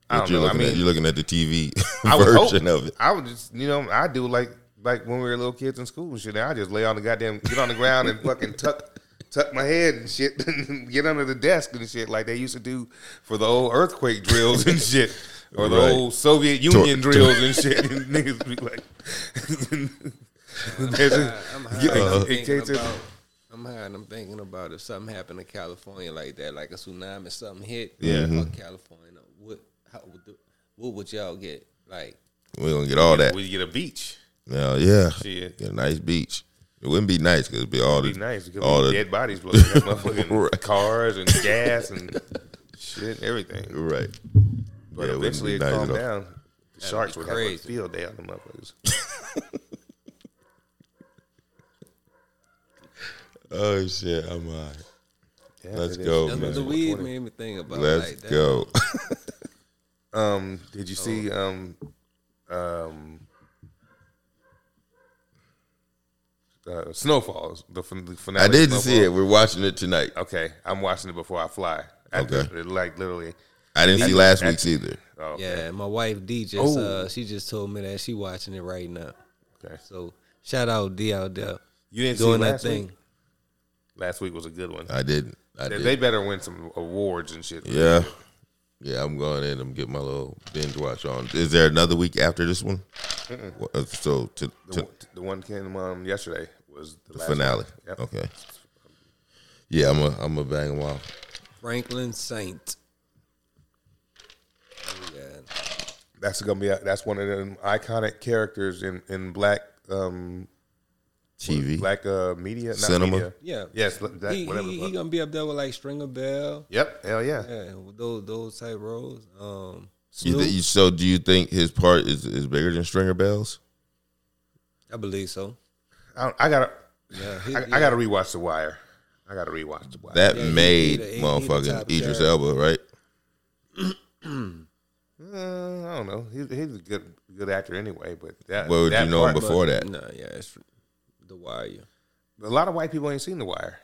Speaker 1: I
Speaker 2: What
Speaker 1: don't
Speaker 2: you're
Speaker 1: know. I
Speaker 2: looking
Speaker 1: mean,
Speaker 2: at, you're looking at the TV
Speaker 1: I would hope.
Speaker 2: version of it.
Speaker 1: I would just, you know, I do like like when we were little kids in school and shit. I just lay on the goddamn, get on the ground and fucking tuck tuck my head and shit, and get under the desk and shit, like they used to do for the old earthquake drills and shit, or the
Speaker 2: Right.
Speaker 1: old Soviet Union
Speaker 2: Tor-
Speaker 1: drills and shit. And niggas be like, There's a-
Speaker 3: I'm
Speaker 1: yeah,
Speaker 3: high.
Speaker 2: Uh-huh.
Speaker 3: I'm,
Speaker 1: in
Speaker 3: thinking
Speaker 1: case it-
Speaker 3: about, I'm high and I'm thinking about if something happened in California like that, like a tsunami, something hit.
Speaker 2: Yeah.
Speaker 3: fuck
Speaker 1: Mm-hmm.
Speaker 3: California. What? How would the, What would y'all get? Like,
Speaker 2: We're gonna get all that.
Speaker 1: we get a beach.
Speaker 2: Yeah, yeah.
Speaker 1: Shit.
Speaker 2: Get a nice beach. It wouldn't be nice because it'd be all
Speaker 1: Be
Speaker 2: the
Speaker 1: nice. It could
Speaker 2: all
Speaker 1: be
Speaker 2: the
Speaker 1: dead bodies floating, in that motherfucking
Speaker 2: Right.
Speaker 1: cars and gas and shit, everything.
Speaker 2: right.
Speaker 1: But
Speaker 2: Yeah, it wouldn't
Speaker 1: eventually
Speaker 2: be
Speaker 1: it
Speaker 2: nice
Speaker 1: calmed
Speaker 2: at all.
Speaker 1: down. The sharks
Speaker 3: be
Speaker 1: would have a
Speaker 3: crazy.
Speaker 1: field day on the motherfuckers.
Speaker 2: Oh shit, I'm all right.
Speaker 1: Yeah,
Speaker 2: Let's
Speaker 1: it is.
Speaker 2: go,
Speaker 3: that's
Speaker 2: man.
Speaker 3: what the weed made me think about.
Speaker 2: Let's
Speaker 3: like, that.
Speaker 2: go.
Speaker 1: Um, did you see um, um, uh, Snowfalls? The, fin- the finale.
Speaker 2: I
Speaker 1: of
Speaker 2: didn't see it.
Speaker 1: Snowfall?
Speaker 2: We're watching it tonight.
Speaker 1: Okay, I'm watching it before I fly.
Speaker 2: Okay.
Speaker 1: I, like literally.
Speaker 2: I didn't see last week's either.
Speaker 1: Oh, okay.
Speaker 3: Yeah, my wife D
Speaker 1: Oh.
Speaker 3: just uh, she just told me that she watching it right now.
Speaker 1: Okay.
Speaker 3: So shout out D out there
Speaker 1: You didn't see
Speaker 3: doing
Speaker 1: it
Speaker 3: that
Speaker 1: last
Speaker 3: thing.
Speaker 1: week? Last week was a good one.
Speaker 2: I did. I
Speaker 1: They,
Speaker 2: did.
Speaker 1: they better win some awards and shit.
Speaker 2: yeah. Yeah, I'm going in. I'm getting my little binge watch on. Is there another week after this one? Wha- uh, So to,
Speaker 1: The,
Speaker 2: to
Speaker 1: one- the one came um, yesterday was the,
Speaker 2: the
Speaker 1: last
Speaker 2: finale.
Speaker 1: one. Yep.
Speaker 2: Okay. Yeah, I'm a I'm a bang 'em off.
Speaker 3: Franklin Saint. Oh, yeah.
Speaker 1: That's gonna be a, that's one of them iconic characters in in black um
Speaker 2: TV.
Speaker 1: black uh media not
Speaker 2: Cinema.
Speaker 1: media.
Speaker 3: Yeah.
Speaker 1: Yes, that,
Speaker 3: he,
Speaker 1: whatever.
Speaker 3: he, he gonna be up there with like Stringer Bell.
Speaker 1: yep. Hell yeah.
Speaker 3: Yeah, with those those type roles. Um,
Speaker 2: You
Speaker 3: Snoop,
Speaker 2: th- you, so do you think his part is, is bigger than Stringer Bells?
Speaker 3: I believe so.
Speaker 1: I, don't- I gotta
Speaker 3: Yeah,
Speaker 1: I,
Speaker 3: he-
Speaker 1: I gotta rewatch The Wire. I gotta rewatch The Wire.
Speaker 2: That
Speaker 3: Yeah, he- he
Speaker 2: made
Speaker 3: the- he- he the
Speaker 2: motherfucking
Speaker 3: top
Speaker 2: Idris
Speaker 3: guy.
Speaker 2: Elba, right?
Speaker 1: Uh, I don't know. He's, he's a good good actor anyway. But that,
Speaker 2: Where would
Speaker 1: that
Speaker 2: you know him
Speaker 1: part-
Speaker 2: before that?
Speaker 3: No, yeah, it's The Wire.
Speaker 1: A lot of white people ain't seen The Wire.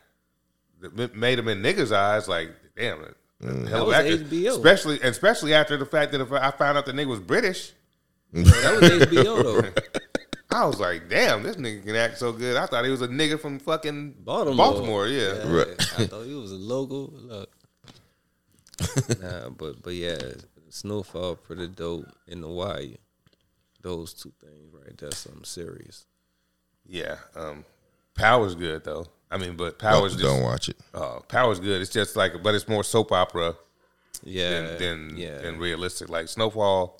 Speaker 1: That ma- made them in niggas' eyes like, damn, it,
Speaker 2: Mm.
Speaker 1: hell of
Speaker 3: That
Speaker 1: actor.
Speaker 3: was HBO.
Speaker 1: Especially and especially after the fact that if I found out the nigga was British,
Speaker 3: That was HBO though.
Speaker 1: I was like, damn, this nigga can act so good. I thought he was a nigga from fucking
Speaker 3: Baltimore.
Speaker 1: Baltimore, yeah.
Speaker 2: Right.
Speaker 3: I thought he was a local. Look. nah, but but yeah, Snowfall pretty dope in the wire. Those two things right there, something serious.
Speaker 1: Yeah. Um, Power's good though. I mean, but Power's
Speaker 2: don't,
Speaker 1: just
Speaker 2: don't watch it.
Speaker 1: uh, Power's good. It's just like, but it's more soap opera
Speaker 3: Yeah,
Speaker 1: than than,
Speaker 3: yeah.
Speaker 1: than realistic. Like Snowfall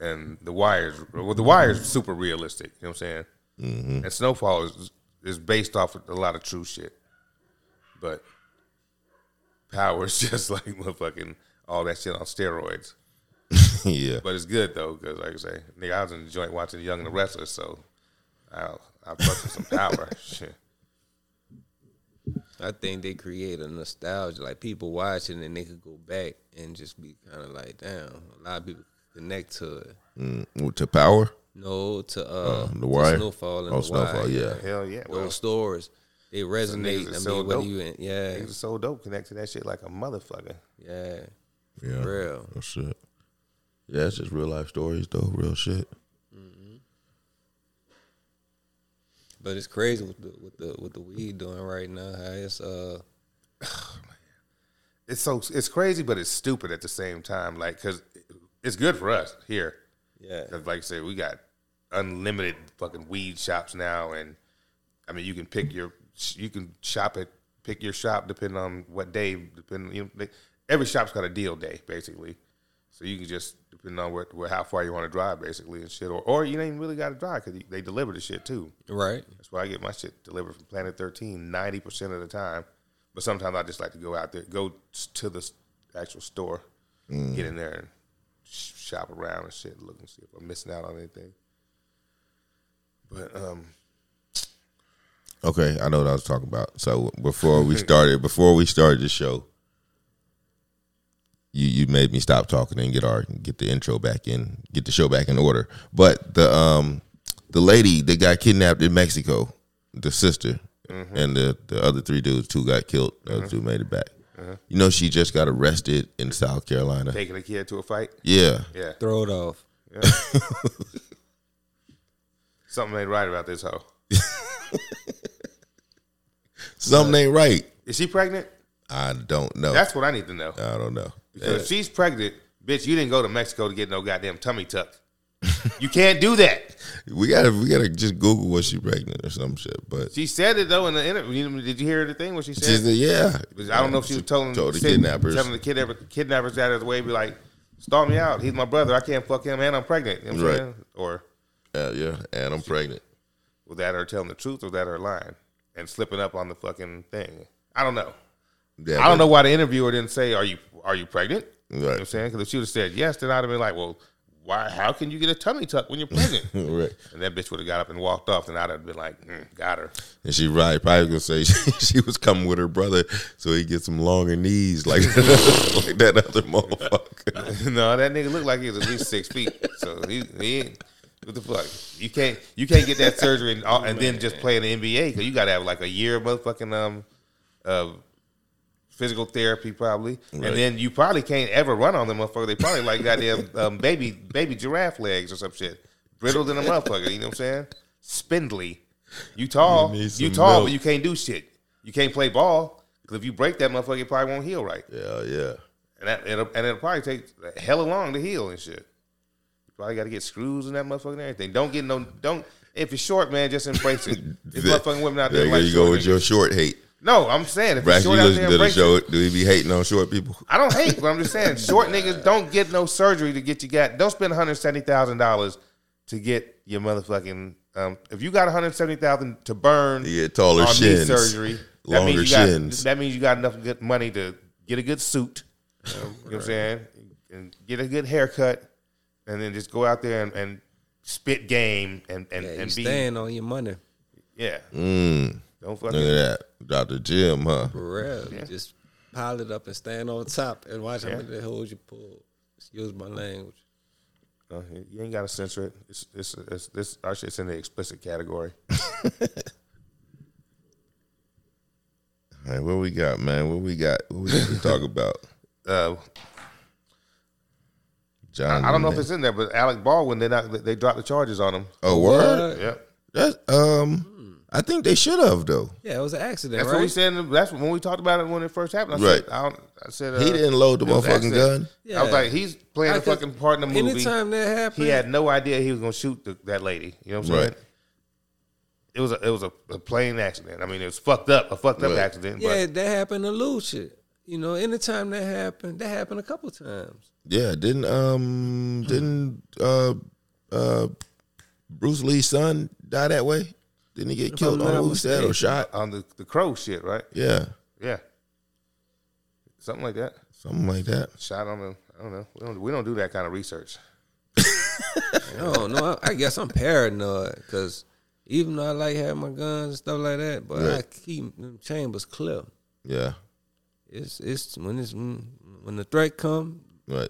Speaker 1: and The Wire's well, The Wire's super realistic. You know what I'm saying? And Snowfall is is based off of a lot of true shit, but Power's just like motherfucking all that shit on steroids.
Speaker 2: yeah.
Speaker 1: But it's good though, because like I say, nigga, I was in the joint watching Young and the Restless, so I I fucked with some power. Shit.
Speaker 3: I think they create a nostalgia, like people watching and they could go back and just be kind of like, damn. A lot of people connect to it.
Speaker 2: Mm, to power?
Speaker 3: No, to uh,
Speaker 2: The
Speaker 3: to
Speaker 2: Wire?
Speaker 3: Snowfall and
Speaker 2: Oh,
Speaker 3: the Snowfall,
Speaker 2: Snowfall,
Speaker 3: Wire.
Speaker 2: yeah.
Speaker 1: Hell yeah,
Speaker 3: Those
Speaker 1: well,
Speaker 3: stories they resonate.
Speaker 1: niggas is
Speaker 3: I mean,
Speaker 1: so
Speaker 3: whether
Speaker 1: dope.
Speaker 3: you in, yeah,
Speaker 1: niggas are so dope. Connect to that shit like a motherfucker.
Speaker 3: yeah,
Speaker 2: Yeah.
Speaker 3: real.
Speaker 2: Oh, shit. Yeah, it's just real life stories, though. Real shit.
Speaker 3: But it's crazy with the with the with the weed doing right now. How it's uh
Speaker 1: It's so it's crazy, but it's stupid at the same time. Like, cause it's good for us here.
Speaker 3: yeah
Speaker 1: 'Cause like I said, we got unlimited fucking weed shops now, and I mean, you can pick your you can shop at pick your shop depending on what day. Depending, you know, they, every shop's got a deal day basically, so you can just depending on where, where how far you want to drive basically and shit, or or you ain't even really got to drive because they deliver the shit too.
Speaker 3: right
Speaker 1: That's why I get my shit delivered from Planet 13 90% of the time. But sometimes I just like to go out there, go s- to the s- actual store, get in there and sh- shop around and shit, look and see if I'm missing out on anything. But um,
Speaker 2: Okay, I know what I was talking about. So before we started, before we started the show, you you made me stop talking and get our get the intro back in, get the show back in order. But the um the lady that got kidnapped in Mexico, the sister, and the the other three dudes, two got killed, the other two made it back. You know, she just got arrested in South Carolina.
Speaker 1: taking a kid to a fight,
Speaker 2: yeah,
Speaker 1: yeah,
Speaker 3: throw it off.
Speaker 1: something ain't right about this hoe.
Speaker 2: something ain't right.
Speaker 1: Is she pregnant?
Speaker 2: I don't know.
Speaker 1: That's what I need to know.
Speaker 2: I don't know.
Speaker 1: Because if she's pregnant, bitch, you didn't go to Mexico to get no goddamn tummy tuck. you can't do that.
Speaker 2: We gotta we gotta just Google was she pregnant or some shit. But
Speaker 1: She said it though in the interview. Did you hear the thing? What she said?
Speaker 2: She said, yeah.
Speaker 1: But I don't know if she was telling
Speaker 2: told the
Speaker 1: sitting-
Speaker 2: kidnappers.
Speaker 1: telling the kidnapper, kidnappers out of the way, be like, "Stall me out. He's my brother. I can't fuck him, and I'm pregnant." You know what I'm
Speaker 2: Right.
Speaker 1: saying? Or
Speaker 2: Uh, yeah, and I'm pregnant.
Speaker 1: was that her telling the truth, or was that her lying and slipping up on the fucking thing? I don't know.
Speaker 2: Yeah,
Speaker 1: I don't know why the interviewer didn't say, "Are you are you pregnant?" You know what
Speaker 2: Right.
Speaker 1: I'm saying? Because if she would have said yes, then I'd have been like, "Well, why? How can you get a tummy tuck when you're pregnant?"
Speaker 2: Right.
Speaker 1: and that bitch would have got up and walked off, and I'd have been like, mm, "Got her."
Speaker 2: And she right probably gonna say she, she was coming with her brother, so he gets some longer knees like like that other motherfucker.
Speaker 1: no, that nigga looked like he was at least six feet. So he, he ain't, what the fuck? You can't you can't get that surgery and, all, and then just play in the NBA because you got to have like a year of motherfucking um of physical therapy probably,
Speaker 2: Right.
Speaker 1: and then you probably can't ever run on them motherfucker. They probably like goddamn um, baby baby giraffe legs or some shit, brittle than a motherfucker. You know what I'm saying? Spindly. You tall,
Speaker 2: You need
Speaker 1: you
Speaker 2: some
Speaker 1: tall,
Speaker 2: milk.
Speaker 1: but you can't do shit. You can't play ball because if you break that motherfucker, it probably won't heal right,
Speaker 2: Yeah, yeah.
Speaker 1: and that it'll, and it'll probably take a hella long to heal and shit. You probably got to get screws in that motherfucker and everything. Don't get no don't. If you're short, man, just embrace it. These
Speaker 2: There-
Speaker 1: motherfucking women out there,
Speaker 2: There
Speaker 1: like
Speaker 2: you
Speaker 1: short
Speaker 2: go with
Speaker 1: niggas.
Speaker 2: your short hate.
Speaker 1: No, I'm saying if you're
Speaker 2: Braxton,
Speaker 1: short
Speaker 2: you
Speaker 1: out
Speaker 2: listen
Speaker 1: there,
Speaker 2: to the
Speaker 1: embrace it.
Speaker 2: show. Do we be hating on short people?
Speaker 1: I don't hate, but I'm just saying, short niggas don't get no surgery to get you got. Don't spend 170 thousand dollars to get your motherfucking. Um, if you got 170 thousand to burn,
Speaker 2: You get taller
Speaker 1: on knee
Speaker 2: shins,
Speaker 1: surgery, that
Speaker 2: longer
Speaker 1: means you got,
Speaker 2: shins.
Speaker 1: That means you got enough good money to get a good suit. You know what I'm saying? And get a good haircut, and then just go out there and, and spit game and and,
Speaker 3: Yeah, you
Speaker 1: and be
Speaker 3: stand on your money.
Speaker 1: yeah.
Speaker 2: Mm,
Speaker 1: Don't
Speaker 2: look
Speaker 1: fucking
Speaker 2: at that, Doctor Jim, huh?
Speaker 3: For real.
Speaker 1: Yeah.
Speaker 3: Just pile it up and stand on top and watch
Speaker 1: Yeah.
Speaker 3: how many holes you pull. Excuse my language.
Speaker 1: No, Uh, you ain't got to censor it. It's it's it's this. Our shit's in the explicit category.
Speaker 2: All right, what we got, man? What we got? What we got to talk about?
Speaker 1: Uh,
Speaker 2: John,
Speaker 1: I don't know if
Speaker 2: Lennon.
Speaker 1: it's in there, but Alec Baldwin, they not they dropped the charges on him.
Speaker 2: a Oh, word.
Speaker 1: Yep.
Speaker 2: That um, I think they should have though.
Speaker 3: Yeah, it was an accident,
Speaker 1: That's
Speaker 3: right?
Speaker 1: what we said. in the- That's when we talked about it when it first happened. I
Speaker 2: Right.
Speaker 1: Said, I, don't, I said uh,
Speaker 2: He didn't load the
Speaker 1: it was an
Speaker 2: motherfucking
Speaker 1: accident.
Speaker 2: gun.
Speaker 1: I was
Speaker 3: Yeah.
Speaker 1: like, he's playing a
Speaker 3: Like, 'cause
Speaker 1: fucking part in the movie.
Speaker 3: Anytime that happened,
Speaker 1: he had no idea he was gonna shoot the, that lady. You know what I'm saying?
Speaker 2: Right.
Speaker 1: It was a, it was a, a plain accident. I mean, it was fucked up, a fucked up
Speaker 2: Right.
Speaker 1: accident.
Speaker 3: yeah,
Speaker 1: But
Speaker 3: that happened to Lucia. You know, anytime that happened, that happened a couple times.
Speaker 2: Yeah, didn't um, didn't uh, uh, Bruce Lee's son die that way? Didn't he get killed
Speaker 3: I'm
Speaker 2: on
Speaker 3: not
Speaker 2: a movie set or shot?
Speaker 1: on the the crow shit, right?
Speaker 2: Yeah,
Speaker 1: Yeah, something like that.
Speaker 2: something like that.
Speaker 1: Shot on the. I don't know. We don't we don't do that kind of research.
Speaker 3: No, no, I, I guess I'm paranoid because even though I like having my guns and stuff like that, but I
Speaker 2: Right.
Speaker 3: keep them chambers clear.
Speaker 2: Yeah,
Speaker 3: It's it's when it's when the threat come,
Speaker 2: right.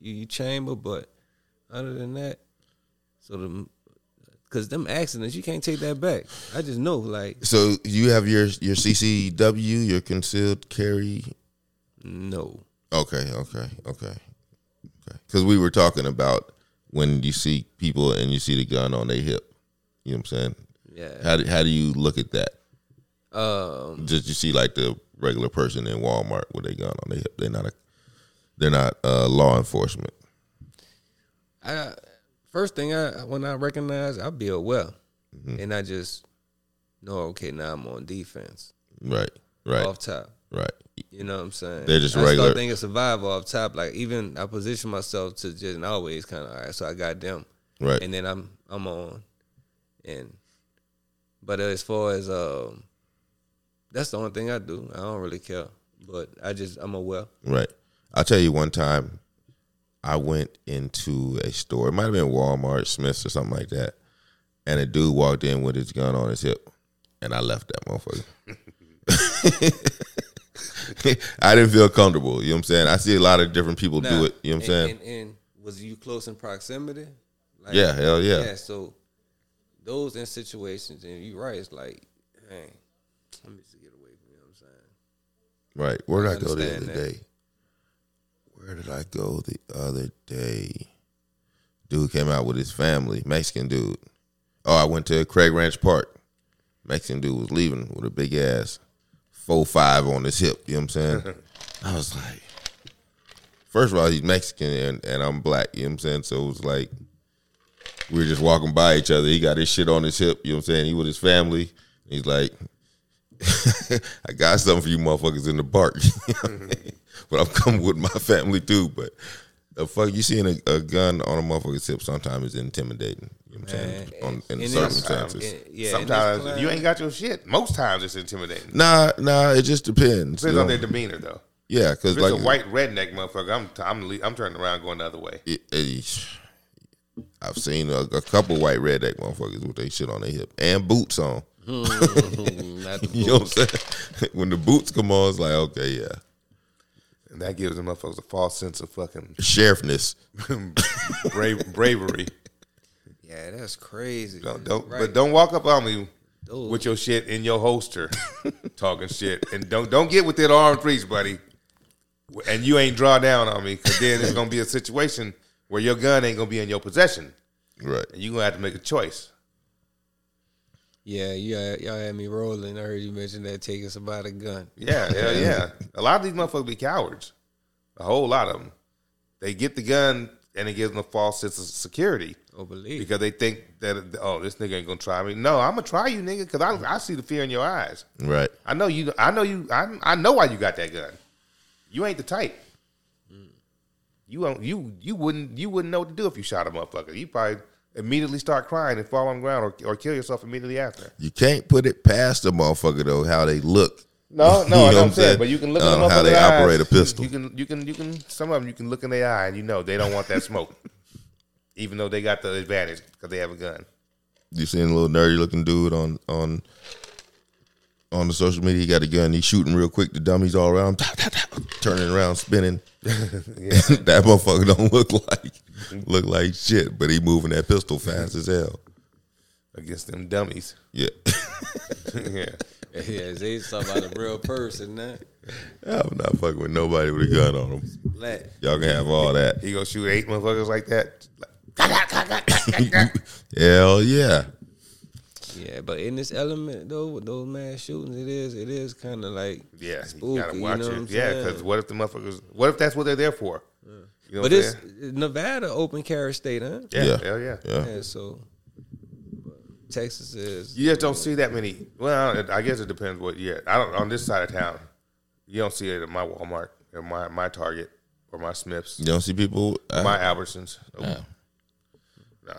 Speaker 3: you, you chamber, but other than that, so the because them accidents you can't take that back. I just know like
Speaker 2: So you have your your CCW, your concealed carry.
Speaker 3: no,
Speaker 2: Okay, okay, okay, okay. Because we were talking about when you see people and you see the gun on their hip. You know what I'm saying?
Speaker 3: yeah,
Speaker 2: How do, how do you look at that?
Speaker 1: Uh,
Speaker 3: um,
Speaker 2: Just you see like the regular person in Walmart with their gun on their hip. They're not a, they're not uh, law enforcement.
Speaker 3: I first thing I when I recognize I be aware,
Speaker 2: Mm-hmm.
Speaker 3: and I just know okay now I'm on defense
Speaker 2: Right, right,
Speaker 3: off top.
Speaker 2: right.
Speaker 3: You know what I'm saying?
Speaker 2: They're just
Speaker 3: I
Speaker 2: regular-
Speaker 3: Start thinking survival off top. Like even I position myself to just always kind of all right. So I got them,
Speaker 2: Right.
Speaker 3: and then I'm I'm on, and but as far as um, that's the only thing I do. I don't really care, but I just I'm aware.
Speaker 2: Right. I'll tell you one time I went into a store. It might have been Walmart, Smith's or something like that. And a dude walked in with his gun on his hip. And I left that motherfucker. I didn't feel comfortable. You know what I'm saying? I see a lot of different people
Speaker 3: Now,
Speaker 2: do it. You know what I'm saying?
Speaker 3: And, and, and was you close in proximity? Like,
Speaker 2: yeah, hell yeah.
Speaker 3: Yeah, so those in situations, and you're right, it's like, hey, let me just get away from you know what I'm saying.
Speaker 2: Right. Where did I,
Speaker 3: I
Speaker 2: go the other
Speaker 3: understand that.
Speaker 2: day? Where did I go the other day? Dude came out with his family, Mexican dude. Oh, I went to Craig Ranch Park. Mexican dude was leaving with a big ass four five on his hip. You know what I'm saying? I was like, first of all, he's Mexican and, and I'm black. You know what I'm saying? So it was like we were just walking by each other. He got his shit on his hip. You know what I'm saying? He with his family. He's like, I got something for you motherfuckers in the park. You know what I
Speaker 1: Mm-hmm.
Speaker 2: mean? but I'm coming with my family too. But the fuck, you seeing a, a gun on a motherfucker's hip sometimes is intimidating. You know what I'm saying?
Speaker 3: Man,
Speaker 2: on, in
Speaker 3: and it's-
Speaker 1: um,
Speaker 3: And,
Speaker 2: circumstances.
Speaker 3: yeah, and it's
Speaker 1: Sometimes
Speaker 3: clear-
Speaker 1: if you ain't got your shit. Most times it's intimidating.
Speaker 2: Nah, nah, it just
Speaker 1: Depends
Speaker 2: depends. you
Speaker 1: on
Speaker 2: know?
Speaker 1: their demeanor, though.
Speaker 2: yeah, because
Speaker 1: If it's
Speaker 2: like
Speaker 1: a white redneck motherfucker, I'm t- I'm le- I'm turning around going the other way.
Speaker 2: it- it- I've seen a, a couple white redneck motherfuckers with their shit on their hip and boots on.
Speaker 3: Not the
Speaker 2: You know what I'm saying? when the boots come on, it's like okay, yeah,
Speaker 1: And that gives them motherfuckers a false sense of fucking
Speaker 2: sheriffness.
Speaker 1: brave, bravery.
Speaker 3: Yeah, that's crazy.
Speaker 1: Don't, don't
Speaker 3: Right.
Speaker 1: but don't walk up on me
Speaker 3: Dude.
Speaker 1: with your shit in your holster, talking shit, and don't don't get within arm's reach, buddy. And you ain't draw down on me, because then it's gonna be a situation where your gun ain't gonna be in your possession,
Speaker 2: Right.
Speaker 1: and you gonna have to make a choice.
Speaker 3: Yeah, you had- y'all had me rolling. I heard you mention that taking somebody a gun.
Speaker 1: Yeah, hell yeah. A lot of these motherfuckers be cowards. A whole lot of them. They get the gun and it gives them a false sense of security
Speaker 3: Oh, believe
Speaker 1: because they think that oh this nigga ain't gonna try me. No, I'm gonna try you, nigga, because I I see the fear in your eyes.
Speaker 2: Right.
Speaker 1: I know you. I know you. I I know why you got that gun. You ain't the type. You don't. You you wouldn't. You wouldn't know what to do if you shot a motherfucker. You probably immediately start crying and fall on the ground or, or kill yourself immediately after.
Speaker 2: You can't put it past the motherfucker though how they look.
Speaker 1: No, no, I
Speaker 2: You know
Speaker 1: know
Speaker 2: what
Speaker 1: I'm
Speaker 2: I'm
Speaker 1: saying.
Speaker 2: saying?
Speaker 1: But you can look
Speaker 2: Um,
Speaker 1: at them
Speaker 2: how they operate a pistol.
Speaker 1: You can, you can, you can. Some of them you can look in their eye and you know they don't want that smoke, even though they got the advantage because they have a gun.
Speaker 2: You seen a little nerdy looking dude on on on the social media? He got a gun. He's shooting real quick. The dummies all around, turning around, spinning. that motherfucker don't look like look like shit, but he moving that pistol fast as hell.
Speaker 1: Against them dummies,
Speaker 2: Yeah,
Speaker 1: yeah.
Speaker 3: it. Yeah, they talking about a real person, nah.
Speaker 2: I'm not fucking with nobody with a gun on him.
Speaker 3: Black.
Speaker 2: Y'all can have all that.
Speaker 1: He gonna shoot eight motherfuckers like that.
Speaker 2: Hell yeah.
Speaker 3: Yeah, but in this element though, with those mass shootings, it is it is kind of like
Speaker 1: Yeah,
Speaker 3: spooky.
Speaker 1: you gotta watch
Speaker 3: know what I'm
Speaker 1: it. Yeah,
Speaker 3: saying?
Speaker 1: because what if the motherfuckers? What if that's what they're there for? You know what
Speaker 3: but
Speaker 1: I'm
Speaker 3: it's
Speaker 1: saying?
Speaker 3: Nevada open carry state, huh?
Speaker 1: Yeah,
Speaker 2: Yeah.
Speaker 1: hell yeah.
Speaker 2: Yeah.
Speaker 3: Yeah, so but Texas is
Speaker 1: You just don't see that many. Well, I don't- I guess it depends what. Yeah, I don't on this side of town. You don't see it at my Walmart, or my my Target, or my Smiths,
Speaker 2: You don't see people uh,
Speaker 1: my Albertsons. Nope. Nah.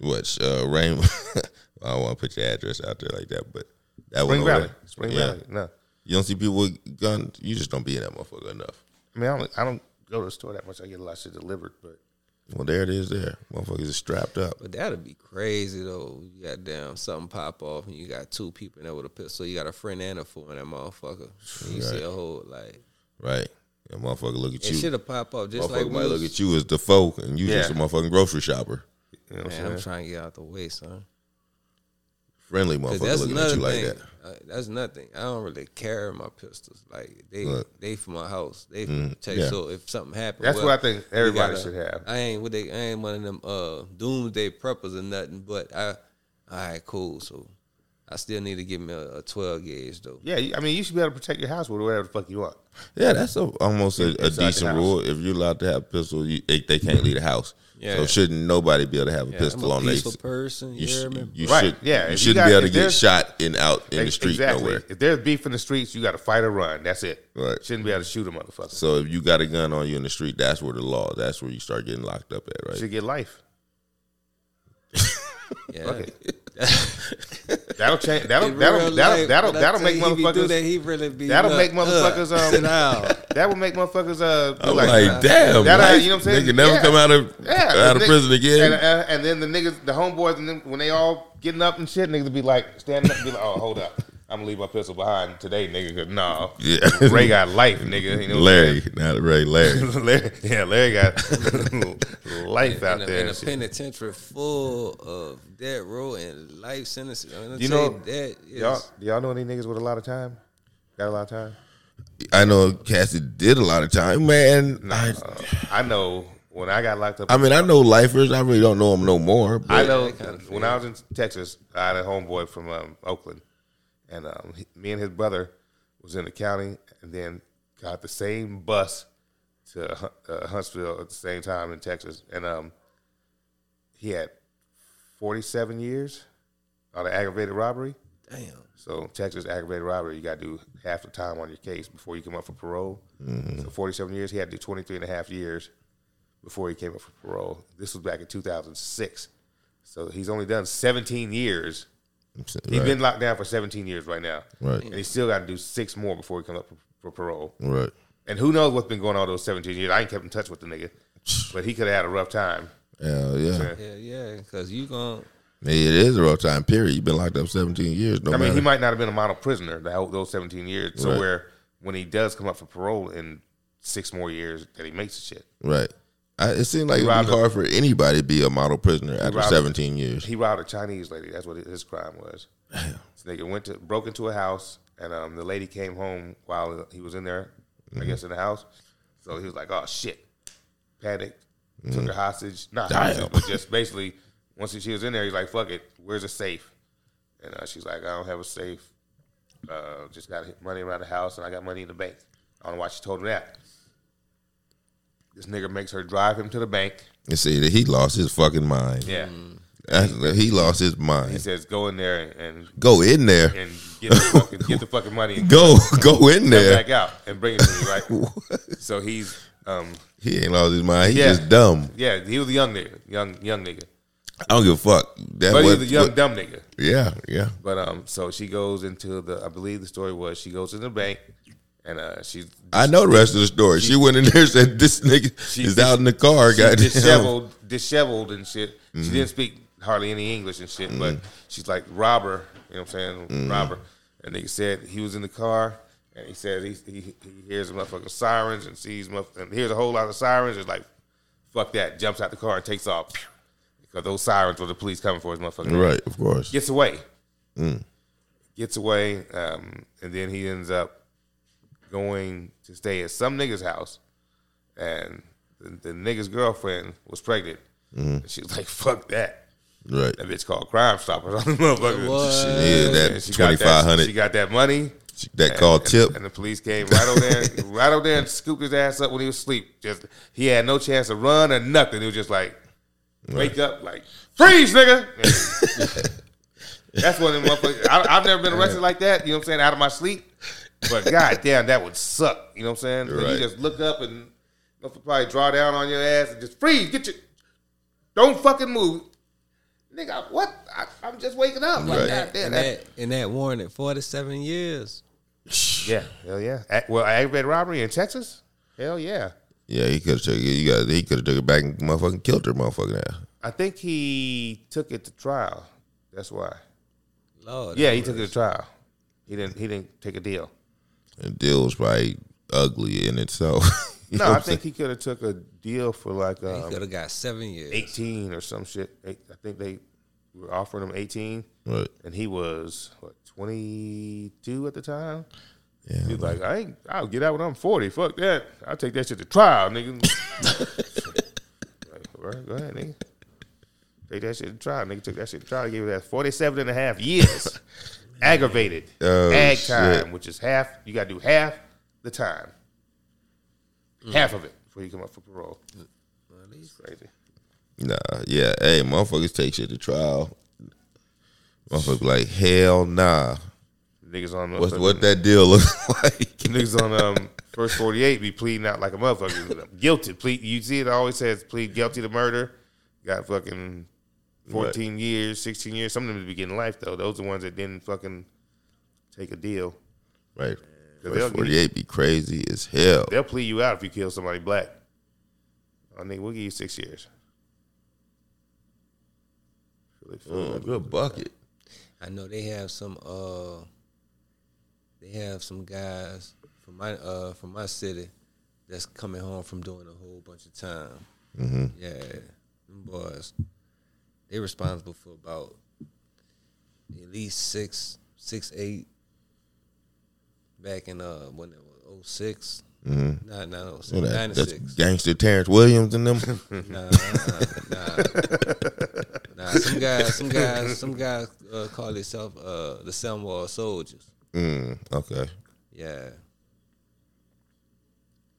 Speaker 2: what uh rain I don't want to put your address out there like that, but that
Speaker 1: Spring
Speaker 2: one over
Speaker 1: Valley,
Speaker 2: there.
Speaker 1: Spring
Speaker 2: Yeah.
Speaker 1: Valley. No,
Speaker 2: You don't see people with guns. You just don't be in that motherfucker enough.
Speaker 1: I mean I don't, I don't go to the store that much. I get a lot of shit delivered, but
Speaker 2: Well, there it is. There, motherfuckers is strapped up.
Speaker 3: But that'd be crazy though. You got damn something pop off and you got two people in there with a pistol. You got a friend and a fool in that motherfucker. And you see a whole like
Speaker 2: Right. That motherfucker look at
Speaker 3: it should
Speaker 2: you.
Speaker 3: have pop off just
Speaker 2: Motherfucker
Speaker 3: like we
Speaker 2: might
Speaker 3: was,
Speaker 2: look at you as the folk, and you just a
Speaker 1: Yeah.
Speaker 2: motherfucking grocery shopper.
Speaker 1: you know what
Speaker 3: Man,
Speaker 1: I'm
Speaker 3: I'm
Speaker 1: saying.
Speaker 3: trying to get out the way, son.
Speaker 2: Friendly
Speaker 3: 'Cause
Speaker 2: motherfucker
Speaker 3: that's
Speaker 2: looking at
Speaker 3: another
Speaker 2: you
Speaker 3: thing.
Speaker 2: like that.
Speaker 3: Uh, that's nothing. I don't really carry my pistols. Like they,
Speaker 2: Look. Mm,
Speaker 3: they for my house. They for protect-
Speaker 2: yeah.
Speaker 3: So if something happens,
Speaker 1: That's what I think everybody should have.
Speaker 3: I ain't with they. I ain't one of them uh, doomsday preppers or nothing. But I, all right, cool. So I still need to give me a, a twelve gauge though.
Speaker 1: Yeah, you- I mean you should be able to protect your house with whatever the fuck you want.
Speaker 2: Yeah, that's a, almost a, a
Speaker 1: Inside the
Speaker 2: decent
Speaker 1: house.
Speaker 2: rule. If you're allowed to have a pistol, you, they, they can't leave the house.
Speaker 3: Yeah.
Speaker 2: So shouldn't nobody be able to have a
Speaker 3: Yeah,
Speaker 2: pistol
Speaker 3: I'm
Speaker 2: on
Speaker 3: a
Speaker 2: their?
Speaker 3: peaceful person. You,
Speaker 2: You,
Speaker 3: hear
Speaker 2: sh-
Speaker 3: me?
Speaker 2: you
Speaker 1: Right,
Speaker 2: should.
Speaker 1: yeah, if
Speaker 2: You
Speaker 1: you
Speaker 2: shouldn't
Speaker 1: got-
Speaker 2: be able
Speaker 1: if
Speaker 2: to get
Speaker 1: there's-
Speaker 2: shot and out in the
Speaker 1: Ex-
Speaker 2: street nowhere.
Speaker 1: If there's beef in the streets, you got to fight or run. That's it.
Speaker 2: Right.
Speaker 1: Shouldn't be able to shoot a motherfucker.
Speaker 2: So if you got a gun on you in the street, that's where the law. That's where you start getting locked up at, right?
Speaker 1: Should get life.
Speaker 3: Yeah.
Speaker 1: Fuck it. that'll change. That'll
Speaker 3: In
Speaker 1: that'll
Speaker 3: real
Speaker 1: that'll
Speaker 3: life,
Speaker 1: that'll,
Speaker 3: when I
Speaker 1: that'll
Speaker 3: tell
Speaker 1: make
Speaker 3: you he be through
Speaker 1: motherfuckers.
Speaker 3: That, he really be
Speaker 1: that'll
Speaker 3: look,
Speaker 1: make motherfuckers,
Speaker 3: uh,
Speaker 1: um,
Speaker 3: sit down.
Speaker 1: That will make motherfuckers. Uh, be
Speaker 2: I'm like, damn,
Speaker 1: That, uh,
Speaker 2: life,
Speaker 1: you know what I'm saying?
Speaker 2: Nigga never
Speaker 1: Yeah.
Speaker 2: come out of
Speaker 1: Yeah,
Speaker 2: out of
Speaker 1: the nigg-
Speaker 2: prison again.
Speaker 1: And, uh, and then the niggas, the homeboys, and them, when they all getting up and shit, niggas be like standing up, and be like, "Oh, hold up, I'm gonna leave my pistol behind today, nigga." 'cause nah,
Speaker 2: Yeah.
Speaker 1: Ray got life, nigga. You know what I'm
Speaker 2: Larry, not Ray, Larry.
Speaker 1: Larry, yeah, Larry got life out
Speaker 3: in a,
Speaker 1: there.
Speaker 3: in a
Speaker 1: and shit.
Speaker 3: penitentiary full of death row and life sentences. I'm
Speaker 1: You
Speaker 3: you
Speaker 1: know,
Speaker 3: know that is
Speaker 1: Y'all, do y'all know any niggas with a lot of time? Got a lot of time?
Speaker 2: I know Cassie did a lot of time, man. I,
Speaker 1: I know when I got locked up.
Speaker 2: I mean, I know lifers. I really don't know them no more. But
Speaker 1: I know
Speaker 3: that kind of
Speaker 1: when I was in Texas, I had a homeboy from um, Oakland, and um, he- me and his brother was in the county, and then got the same bus to Hun- uh, Huntsville at the same time in Texas, and um, he had forty-seven years on an aggravated robbery.
Speaker 3: damn.
Speaker 1: So Texas aggravated robbery, you got to do half the time on your case before you come up for parole. So 47 years, he had to do 23 and a half years before he came up for parole. This was back in 2006. So he's only done 17 years. He's
Speaker 2: right,
Speaker 1: been locked down for 17 years right now.
Speaker 2: Right.
Speaker 1: And he still got to do six more before he comes up for, for parole.
Speaker 2: right.
Speaker 1: And who knows what's been going on those 17 years. I ain't kept in touch with the nigga. But he could have had a rough time.
Speaker 2: Hell yeah.
Speaker 3: Yeah, yeah, because you gon'
Speaker 2: Maybe it is a rough time period. You've been locked up 17 years.
Speaker 1: I
Speaker 2: No
Speaker 1: mean,
Speaker 2: matter.
Speaker 1: he might not have been a model prisoner the whole, those 17 years. So
Speaker 2: Right.
Speaker 1: where when he does come up for parole in six more years that he makes the shit.
Speaker 2: Right. I, it seems like it would
Speaker 1: robbed
Speaker 2: be
Speaker 1: a-
Speaker 2: hard for anybody to be a model prisoner after
Speaker 1: robbed a-
Speaker 2: 17 years.
Speaker 1: He robbed a Chinese lady. That's what his crime was. This nigga went to broke into a house, and um, the lady came home while he was in there, I guess in the house. So he was like, "Oh shit!" Panicked, took her hostage. Not
Speaker 2: Damn.
Speaker 1: hostage, but just basically once she was in there, he's like, "Fuck it, where's the safe?" And uh, she's like, I don't have a safe. Uh, just got money around the house, and I got money in the bank. I don't know why she told her that. This nigga makes her drive him to the bank.
Speaker 2: And see that he lost his fucking mind.
Speaker 1: Yeah,
Speaker 2: That's- He lost his
Speaker 1: he
Speaker 2: mind.
Speaker 1: says, go in there and
Speaker 2: Go in there.
Speaker 1: and get the fucking, get the fucking money and
Speaker 2: Go go in
Speaker 1: come
Speaker 2: there.
Speaker 1: back out and bring it to me, right? so he's um
Speaker 2: He ain't lost his mind. He
Speaker 1: Yeah.
Speaker 2: just dumb.
Speaker 1: yeah, he was a young nigga, young young nigga,
Speaker 2: I don't give a fuck. That
Speaker 1: but he
Speaker 2: was-
Speaker 1: was a young
Speaker 2: what-
Speaker 1: dumb nigga.
Speaker 2: yeah, yeah.
Speaker 1: But um, so she goes into the I believe the story was she goes to the bank and uh she's
Speaker 2: I know the rest of the story. She, went in there and said, "This nigga
Speaker 1: She
Speaker 2: is
Speaker 1: dis-
Speaker 2: out in the car."
Speaker 1: she's
Speaker 2: Got
Speaker 1: disheveled, disheveled and shit. She didn't speak hardly any English and shit, but she's like robber. You know what I'm saying? Robber. And they said he was in the car, and he said he he, he hears motherfucking sirens and sees motherf- and hears a whole lot of sirens. It's like fuck that. Jumps out the car and takes off because those sirens were the police coming for his motherfucking
Speaker 2: right, of course.
Speaker 1: gets away. Gets away, um, and then he ends up going to stay at some nigga's house, and the, the nigga's girlfriend was pregnant. And she was like, "Fuck that."
Speaker 2: Right.
Speaker 1: That bitch called Crime Stoppers on the motherfucker.
Speaker 2: Yeah,
Speaker 1: And
Speaker 2: that
Speaker 1: Uh, she
Speaker 2: twenty
Speaker 1: got that-
Speaker 2: five
Speaker 1: She
Speaker 2: hundred.
Speaker 1: got that money.
Speaker 2: That call
Speaker 1: and,
Speaker 2: tip.
Speaker 1: and the police came right over there, right over there, and scooped his ass up when he was asleep. Just he had no chance to run or nothing. It was just like wake up, like freeze, nigga. That's one of them motherfuckers. I, I've never been arrested like that. You know what I'm saying? Out of my sleep, but goddamn, that would suck. You know what I'm saying? When
Speaker 2: Right.
Speaker 1: You just look up and they'll probably draw down on your ass and just freeze. Get your don't fucking move. Nigga, what? I, I'm just waking up. Like,
Speaker 2: Right.
Speaker 1: goddamn,
Speaker 3: And
Speaker 1: that-
Speaker 3: that, and that warranted 47 years.
Speaker 1: yeah, hell yeah. A- well, aggravated robbery in Texas? Hell yeah.
Speaker 2: Yeah, he could have took it. You got. He could have took it back and motherfucking killed her, motherfucking ass.
Speaker 1: I think he took it to trial. That's why.
Speaker 3: Lord.
Speaker 1: Yeah, he took it to trial. He didn't. He didn't take a deal.
Speaker 2: And deal was probably ugly in itself. You know
Speaker 1: No,
Speaker 2: what
Speaker 1: I
Speaker 2: I'm
Speaker 1: think he could have took a deal for like
Speaker 3: He
Speaker 1: um,
Speaker 3: could have got seven years.
Speaker 1: eighteen or some shit. Eight, I think they were offering him eighteen,
Speaker 2: saying? Right.
Speaker 1: and he was what twenty two at the time.
Speaker 2: Yeah.
Speaker 1: He's like, I ain't. I'll get out when I'm forty. Fuck that. I'll take that shit to trial, nigga. like, bro, go ahead, nigga. Take that shit to trial. Nigga took that shit to trial. Gave it that 47 and a half years. Aggravated.
Speaker 2: Oh,
Speaker 1: Ag
Speaker 2: shit.
Speaker 1: time, which is half. You got to do half the time. Half of it before you come up for parole. It's crazy.
Speaker 2: Nah, yeah. Hey, motherfuckers take shit to trial. Motherfucker, be like hell nah.
Speaker 1: Niggas on
Speaker 2: What's what that deal look like?
Speaker 1: niggas on um first 48 be pleading out like a motherfucker guilty plead you see it always says plead guilty to murder got fucking 14 years 16 years some of them be getting life though those are the ones that didn't fucking take a deal
Speaker 2: Right.
Speaker 1: Cause they'll,
Speaker 2: Forty
Speaker 1: get,
Speaker 2: eight be crazy as hell.
Speaker 1: they'll plead you out if you kill somebody black oh nigga we'll give you six years Really
Speaker 2: Mm,
Speaker 1: full.
Speaker 2: good bucket.
Speaker 3: I know they have some uh they have some guys from my uh from my city that's coming home from doing a whole bunch of time. Mm-hmm. Yeah. Them boys. They responsible for about at least six six eight back in uh when it was 06. Mm-hmm. Nah, nah, 06,
Speaker 2: Well, that- that's
Speaker 3: 96.
Speaker 2: gangster Terrence Williams and them.
Speaker 3: Nah, nah, nah. nah, some guys, some guys, some guys uh, call themselves uh, the Samoa soldiers.
Speaker 2: mm, okay.
Speaker 3: Yeah,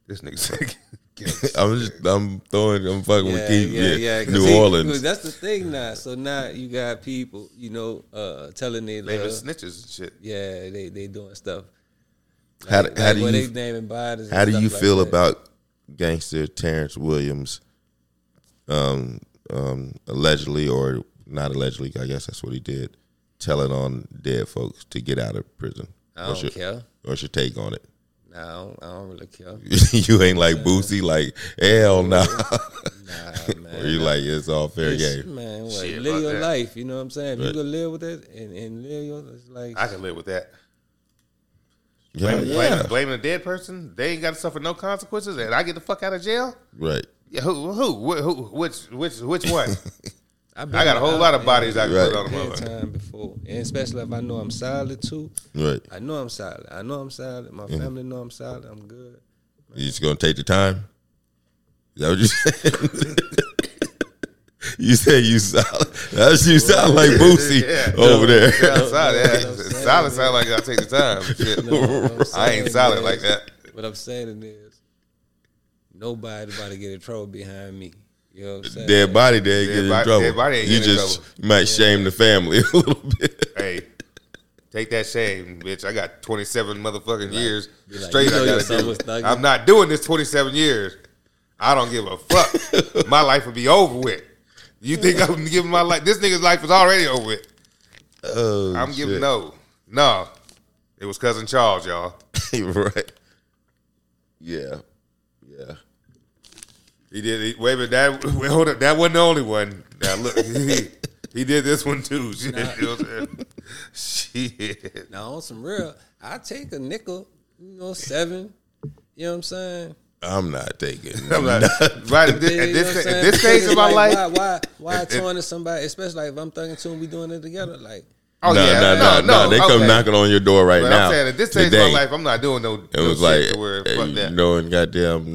Speaker 1: this nigga said
Speaker 2: I'm just I'm throwing I'm fucking
Speaker 3: yeah,
Speaker 2: with Keith. Yeah,
Speaker 3: 'cause
Speaker 2: New
Speaker 3: see,
Speaker 2: Orleans.
Speaker 3: That's the thing now. So now you got people, you know, uh, telling they,
Speaker 1: they
Speaker 3: uh,
Speaker 1: were snitches and shit
Speaker 3: yeah, they they doing stuff.
Speaker 2: how
Speaker 3: Like-
Speaker 2: do, how
Speaker 3: like
Speaker 2: do
Speaker 3: where
Speaker 2: you
Speaker 3: they naming bodies? and
Speaker 2: how do
Speaker 3: stuff
Speaker 2: you
Speaker 3: like
Speaker 2: feel
Speaker 3: that.
Speaker 2: about gangster Terrence Williams um um allegedly or not allegedly, I guess that's what he did, telling on dead folks to get out of prison.
Speaker 3: I
Speaker 2: What's
Speaker 3: don't
Speaker 2: your-
Speaker 3: care.
Speaker 2: What's your take on it?
Speaker 3: No, I don't, I don't really care.
Speaker 2: you ain't like Boosie, like hell no.
Speaker 3: Nah, man.
Speaker 2: or you like it's all fair
Speaker 3: It's-
Speaker 2: game.
Speaker 3: Man, what,
Speaker 1: Shit,
Speaker 3: live
Speaker 1: fuck
Speaker 3: your
Speaker 1: that.
Speaker 3: life. You know what I'm saying? If you
Speaker 2: Right.
Speaker 3: can live with it and, and live your, it's like
Speaker 1: I can live with that
Speaker 2: Yeah,
Speaker 1: blaming,
Speaker 2: yeah.
Speaker 1: blaming, blaming a dead person they ain't got to suffer no consequences and I get the fuck out of jail
Speaker 2: right.
Speaker 1: Yeah, who, who, who, who, which, which, which one?
Speaker 3: I,
Speaker 1: I got a whole lot of bodies I can
Speaker 2: Right.
Speaker 1: put on a
Speaker 3: Been
Speaker 1: motherfucker.
Speaker 3: time before, and especially if I know I'm solid too.
Speaker 2: Right.
Speaker 3: I know I'm solid. I know I'm solid. My family know I'm solid. I'm good.
Speaker 2: You just gonna take the time? Is that what you said? You said you solid. That's you sound like Boosie
Speaker 1: Yeah.
Speaker 2: over there.
Speaker 1: Yeah, I'm solid. Yeah. Solid sound like I take the time. Shit. I ain't solid like that.
Speaker 3: What I'm saying is, nobody about to get in trouble behind me. You know what I'm saying?
Speaker 2: Dead body, they ain't get in
Speaker 1: body-
Speaker 2: trouble.
Speaker 1: dead body ain't
Speaker 2: you
Speaker 1: get in
Speaker 2: just might shame the family a little bit.
Speaker 1: Hey, take that shame, bitch. I got 27 motherfucking years
Speaker 3: like,
Speaker 1: straight.
Speaker 3: you know
Speaker 1: I gotta
Speaker 3: yourself
Speaker 1: do.
Speaker 3: was thugging.
Speaker 1: I'm not doing this 27 years. I don't give a fuck. my life would be over with. You think I'm giving my life? This nigga's life is already over with.
Speaker 2: Oh,
Speaker 1: I'm giving
Speaker 2: shit.
Speaker 1: no, no. It was cousin Charles, y'all.
Speaker 2: right. Yeah, yeah.
Speaker 1: He did. He, wait a minute. That wait, hold up. That wasn't the only one. Now look, he, he did this one too. Shit. you know what I'm saying? Shit.
Speaker 3: Now on some real, I take a nickel, you know, seven. You know what I'm saying?
Speaker 2: I'm not taking.
Speaker 1: I'm like, right at this,
Speaker 3: Yeah,
Speaker 1: at
Speaker 3: you know
Speaker 1: this,
Speaker 3: what I'm
Speaker 1: at
Speaker 3: saying?
Speaker 1: this stage of
Speaker 3: Because,
Speaker 1: my
Speaker 3: like,
Speaker 1: life.
Speaker 3: Why, why, why
Speaker 1: It- it-
Speaker 3: torn to somebody, especially like if I'm thugging to and we doing it together? Like,
Speaker 1: Oh
Speaker 2: no,
Speaker 1: yeah,
Speaker 2: no, no, no, They come
Speaker 1: okay.
Speaker 2: knocking on your door right
Speaker 1: But
Speaker 2: now.
Speaker 1: I'm saying at this stage
Speaker 2: today.
Speaker 1: of my life, I'm not doing no.
Speaker 2: It was like,
Speaker 1: where,
Speaker 2: hey,
Speaker 1: fuck
Speaker 2: you
Speaker 1: that.
Speaker 2: know, in goddamn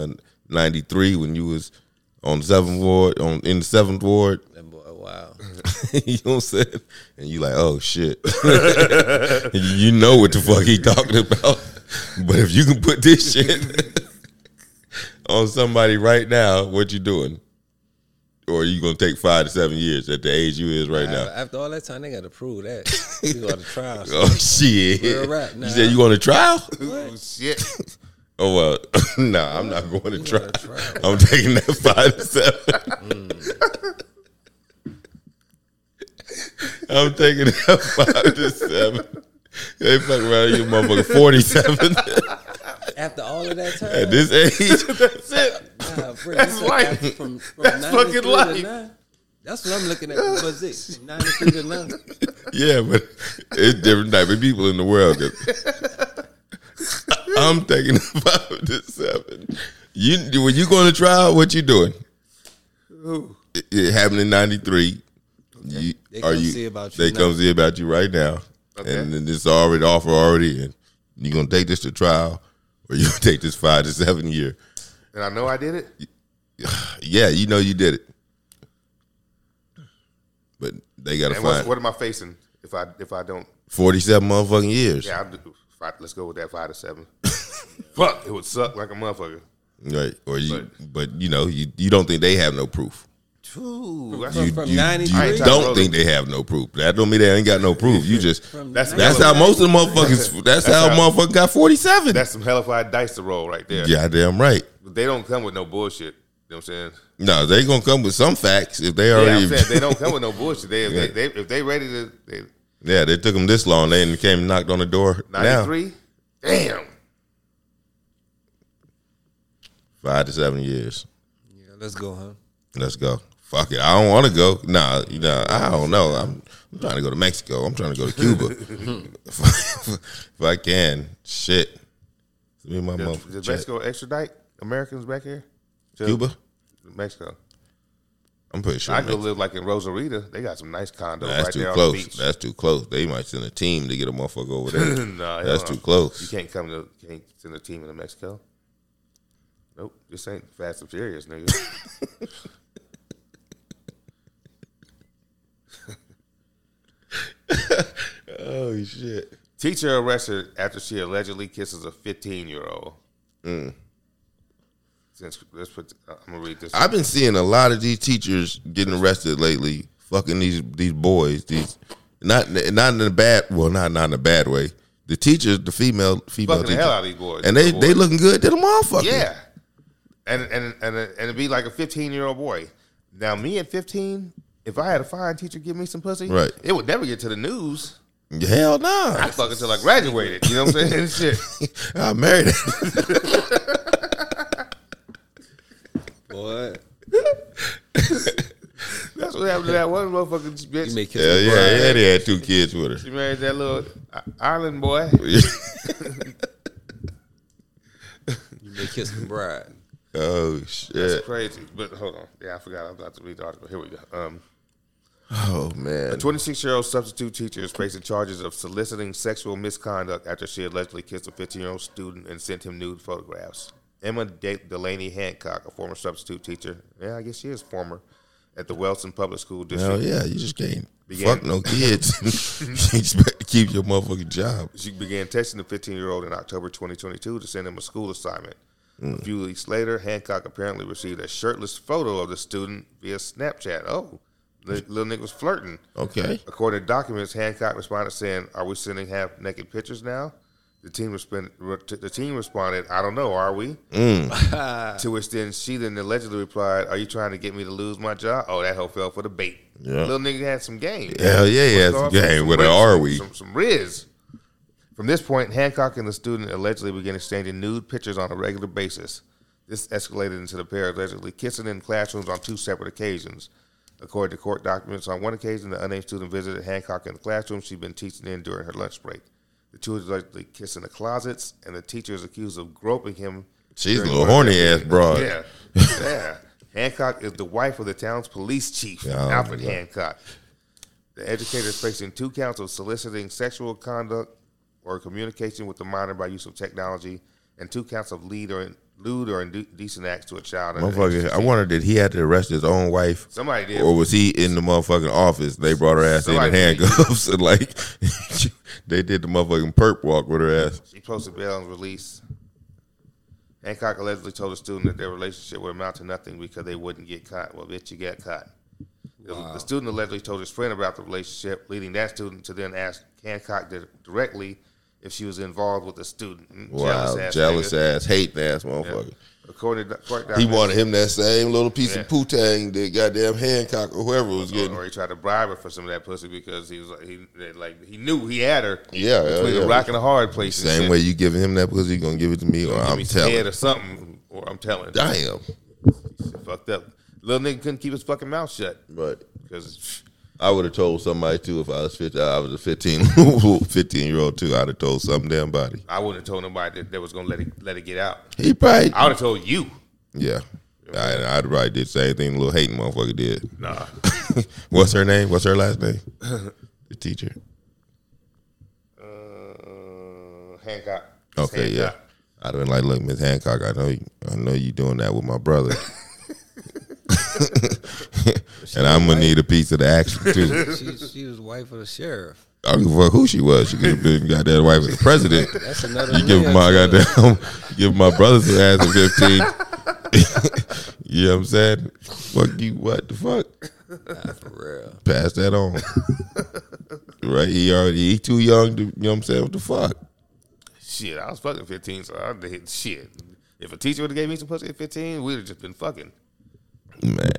Speaker 2: 1993 when you was on seventh ward, on in the seventh ward.
Speaker 3: that boy, wow.
Speaker 2: you know what I'm saying? And you like, oh shit. you know what the fuck he talking about. But if you can put this shit on somebody right now, what you doing? Or you gonna take five to seven years at the age you is right
Speaker 3: After,
Speaker 2: now?
Speaker 3: after all that time, they got to prove that. You got to trial. So
Speaker 2: Oh shit!
Speaker 3: Real rap,
Speaker 2: you
Speaker 3: nah.
Speaker 2: said you on a trial?
Speaker 1: Ooh, shit.
Speaker 2: Oh well, nah, I'm not going to trial.
Speaker 3: gotta try.
Speaker 2: I'm taking that five to seven.
Speaker 1: Mm.
Speaker 2: I'm taking that five to seven. They fuck around you, motherfucker. Forty-seven
Speaker 3: after all of that time,
Speaker 2: at this age.
Speaker 1: That's it.
Speaker 3: Nah, bro,
Speaker 1: That's
Speaker 3: this is
Speaker 1: life.
Speaker 3: after- From, from
Speaker 1: That's
Speaker 3: 93
Speaker 1: fucking
Speaker 3: to
Speaker 1: life.
Speaker 3: 9. That's what I'm looking at. Was it 93 to 9?
Speaker 2: Yeah, but it's different type of people in the world. 'cause- I'm taking the five to seven. You when you going to trial? What you doing? It, it happened in '93. You,
Speaker 3: They
Speaker 2: are
Speaker 3: come
Speaker 2: you?
Speaker 3: see about you
Speaker 2: they
Speaker 3: now.
Speaker 2: come see about you right now,
Speaker 1: Okay.
Speaker 2: and then this already offer already, and you gonna take this to trial, or you gonna take this five to seven year?
Speaker 1: And I know I did it.
Speaker 2: Yeah, you know you did it, but they gotta
Speaker 1: And
Speaker 2: find
Speaker 1: what's, what am I facing if I if I don't?
Speaker 2: forty-seven motherfucking years.
Speaker 1: Yeah, I'll do, if I, let's go with that five to seven. Fuck, it would suck like a motherfucker.
Speaker 2: Right. Or you but, you know, you, you don't think they have no proof.
Speaker 1: Ooh, that's,
Speaker 2: You,
Speaker 3: From
Speaker 2: you,
Speaker 3: 93?
Speaker 2: you don't think they have no proof. That don't mean they ain't got no proof. You just
Speaker 3: From
Speaker 1: That's-
Speaker 2: that's how most of the motherfuckers that's, how,
Speaker 1: how-
Speaker 2: motherfuckers got forty seven.
Speaker 1: that's some hellified dice to roll right there.
Speaker 2: Yeah, damn right.
Speaker 1: But they don't come with no bullshit. You know what I'm saying?
Speaker 2: No, they gonna come with some facts if they
Speaker 1: Yeah,
Speaker 2: already
Speaker 1: I'm saying they don't come with no bullshit. They, if
Speaker 2: Yeah.
Speaker 1: they, they if they ready to they,
Speaker 2: Yeah, they took them this long. They ain't came and knocked on the door. Now
Speaker 1: 93, damn.
Speaker 2: five to seven years.
Speaker 3: Yeah, let's go, huh?
Speaker 2: Let's go. Fuck it. I don't want to go. Nah, you know, I don't know. I'm, I'm trying to go to Mexico. I'm trying to go to Cuba. if, I can, shit. Give me my
Speaker 1: Does,
Speaker 2: motherfucking
Speaker 1: does
Speaker 2: check.
Speaker 1: Mexico extradite Americans back here? To
Speaker 2: Cuba.
Speaker 1: Mexico.
Speaker 2: I'm pretty sure.
Speaker 1: I go
Speaker 2: Mexico-
Speaker 1: live like in Rosarita. They got some nice condos
Speaker 2: That's
Speaker 1: right
Speaker 2: too
Speaker 1: there on the
Speaker 2: close.
Speaker 1: beach.
Speaker 2: That's too close. They might send a team to get a motherfucker over there.
Speaker 1: Nah, hell
Speaker 2: That's
Speaker 1: no.
Speaker 2: too
Speaker 1: You
Speaker 2: close.
Speaker 1: can't come to can't send a team into Mexico. Nope, this ain't Fast and Furious, nigga.
Speaker 2: Oh shit.
Speaker 1: Teacher arrested after she allegedly kisses a 15 year old.
Speaker 2: Mm.
Speaker 1: Since let's put, I'm gonna read this.
Speaker 2: I've been seeing a lot of these teachers getting arrested lately, fucking these these boys. These not not in a bad well, not not in a bad way. The teachers, the female female
Speaker 1: Fucking the
Speaker 2: teachers,
Speaker 1: hell out of these boys.
Speaker 2: and they
Speaker 1: boys.
Speaker 2: they looking good to the motherfucker.
Speaker 1: yeah, and and and and it'd be like a 15 year old boy. Now me at 15, if I had a fine teacher give me some pussy,
Speaker 2: Right.
Speaker 1: it would never get to the news.
Speaker 2: hell no.
Speaker 1: I fuck until I graduated. You know what I'm saying? Shit.
Speaker 2: I married her.
Speaker 3: Boy,
Speaker 1: That's what happened to that one motherfucking bitch.
Speaker 3: you may kiss
Speaker 2: Hell
Speaker 3: me,
Speaker 2: yeah,
Speaker 3: bro.
Speaker 2: yeah. They had two kids with
Speaker 1: She married that little I- island boy.
Speaker 2: her.
Speaker 3: You may kiss the bride.
Speaker 2: oh
Speaker 1: That's
Speaker 2: shit.
Speaker 1: crazy. But hold on. Yeah, I forgot. I'm about to read the article. Here we go. Um,
Speaker 2: Oh man.
Speaker 1: 26 year old substitute teacher is facing charges of soliciting sexual misconduct after she allegedly kissed a 15 year old student and sent him nude photographs. Emma De- Delaney Hancock, a former substitute teacher, yeah, I guess she is former, at the Wellson Public School District.
Speaker 2: Hell yeah, you just can't
Speaker 1: Began-
Speaker 2: fuck no kids. you expect to keep your motherfucking job.
Speaker 1: She began texting the 15 year old in October 2022 to send him a school assignment. A few weeks later, Hancock apparently received a shirtless photo of the student via Snapchat. Oh, li- little Nick was flirting.
Speaker 2: Okay.
Speaker 1: According to documents, Hancock responded saying, "Are we sending half naked pictures now?" The team responded. The team responded, "I don't know. Are we?"
Speaker 2: Mm.
Speaker 1: to which then she then allegedly replied, "Are you trying to get me to lose my job?" Oh, that hoe fell for the bait.
Speaker 2: Yeah.
Speaker 1: Little nigga had some game.
Speaker 2: Hell yeah, yeah, it's a
Speaker 1: Some-
Speaker 2: game
Speaker 1: some
Speaker 2: with an
Speaker 1: riz-
Speaker 2: R we.
Speaker 1: Some, some riz. From this point, Hancock and the student allegedly began exchanging nude pictures on a regular basis. This escalated into the pair allegedly kissing in classrooms on two separate occasions. According to court documents, on one occasion, the unnamed student visited Hancock in the classroom she'd been teaching in during her lunch break. The two allegedly kissed in the closets, and the teacher is accused of groping him.
Speaker 2: She's a
Speaker 1: during
Speaker 2: little
Speaker 1: one of
Speaker 2: horny
Speaker 1: their
Speaker 2: ass
Speaker 1: meetings.
Speaker 2: broad.
Speaker 1: Yeah, yeah. Hancock is the wife of the town's police chief,
Speaker 2: Yeah. oh
Speaker 1: Alfred Hancock. The educator is facing two counts of soliciting sexual conduct or communication with the minor by use of technology, and two counts of lead or lewd or indecent acts to a child. under the age
Speaker 2: Motherfucker,
Speaker 1: of
Speaker 2: I wonder did he had to arrest his own wife,
Speaker 1: Somebody did.
Speaker 2: or was he in the motherfucking office? They brought her ass in in
Speaker 1: Somebody did.
Speaker 2: handcuffs, and like they did the motherfucking perp walk with her ass.
Speaker 1: She posted bail and release. Hancock allegedly told a student that their relationship would amount to nothing because they wouldn't get caught. Well, bitch, you got caught. The- The student allegedly told his friend about the relationship, leading that student to then ask Hancock di- directly if she was involved with the student. Mm,
Speaker 2: Wow, jealous ass,
Speaker 1: nigga.
Speaker 2: hating ass motherfucker.
Speaker 1: According to court
Speaker 2: He
Speaker 1: documents,
Speaker 2: wanted him that same little piece
Speaker 1: Yeah.
Speaker 2: of putang that goddamn Hancock or whoever was
Speaker 1: uh, or,
Speaker 2: getting.
Speaker 1: or he tried to bribe her for some of that pussy because he was like he they- like he knew he had her
Speaker 2: Yeah, hell
Speaker 1: between
Speaker 2: yeah.
Speaker 1: the rock and the hard place. and
Speaker 2: Same
Speaker 1: shit.
Speaker 2: way you giving him that pussy, you gonna give it to me, or
Speaker 1: Give
Speaker 2: I'm
Speaker 1: me head
Speaker 2: telling.
Speaker 1: or something, or I'm telling.
Speaker 2: Damn,
Speaker 1: Shit fucked up. Little nigga couldn't keep his fucking mouth shut
Speaker 2: but
Speaker 1: because
Speaker 2: I would have told somebody too if I was 15. I was a 15, 15 year old too. I'd have told some damn body.
Speaker 1: I wouldn't have told nobody that, that was gonna let it let it get out.
Speaker 2: He probably,
Speaker 1: I would have told you.
Speaker 2: yeah. I, I'd probably did the same thing the little hating motherfucker did.
Speaker 1: Nah,
Speaker 2: What's her name? What's her last name? the teacher.
Speaker 1: uh, Hancock. It's
Speaker 2: Okay, yeah.
Speaker 1: Hancock.
Speaker 2: I don't like look, Miss Hancock. I know, you, I know you doing that with my brother, and I'm gonna need a piece of the action too.
Speaker 3: She, she was wife of the sheriff.
Speaker 2: I don't give a fuck who she was. She could have been goddamn wife of the president.
Speaker 3: That's another.
Speaker 2: You give
Speaker 3: layer
Speaker 2: my
Speaker 3: to it.
Speaker 2: goddamn, give my brother some ass at fifteen. you know what I'm saying? Fuck you. What the fuck?
Speaker 3: For real.
Speaker 2: Pass that on. right? He already he too young. To, you know what I'm saying? What the fuck?
Speaker 1: Shit, I was fucking fifteen, so I did shit. If a teacher would have gave me some pussy at fifteen, we'd have just been fucking.
Speaker 2: Man,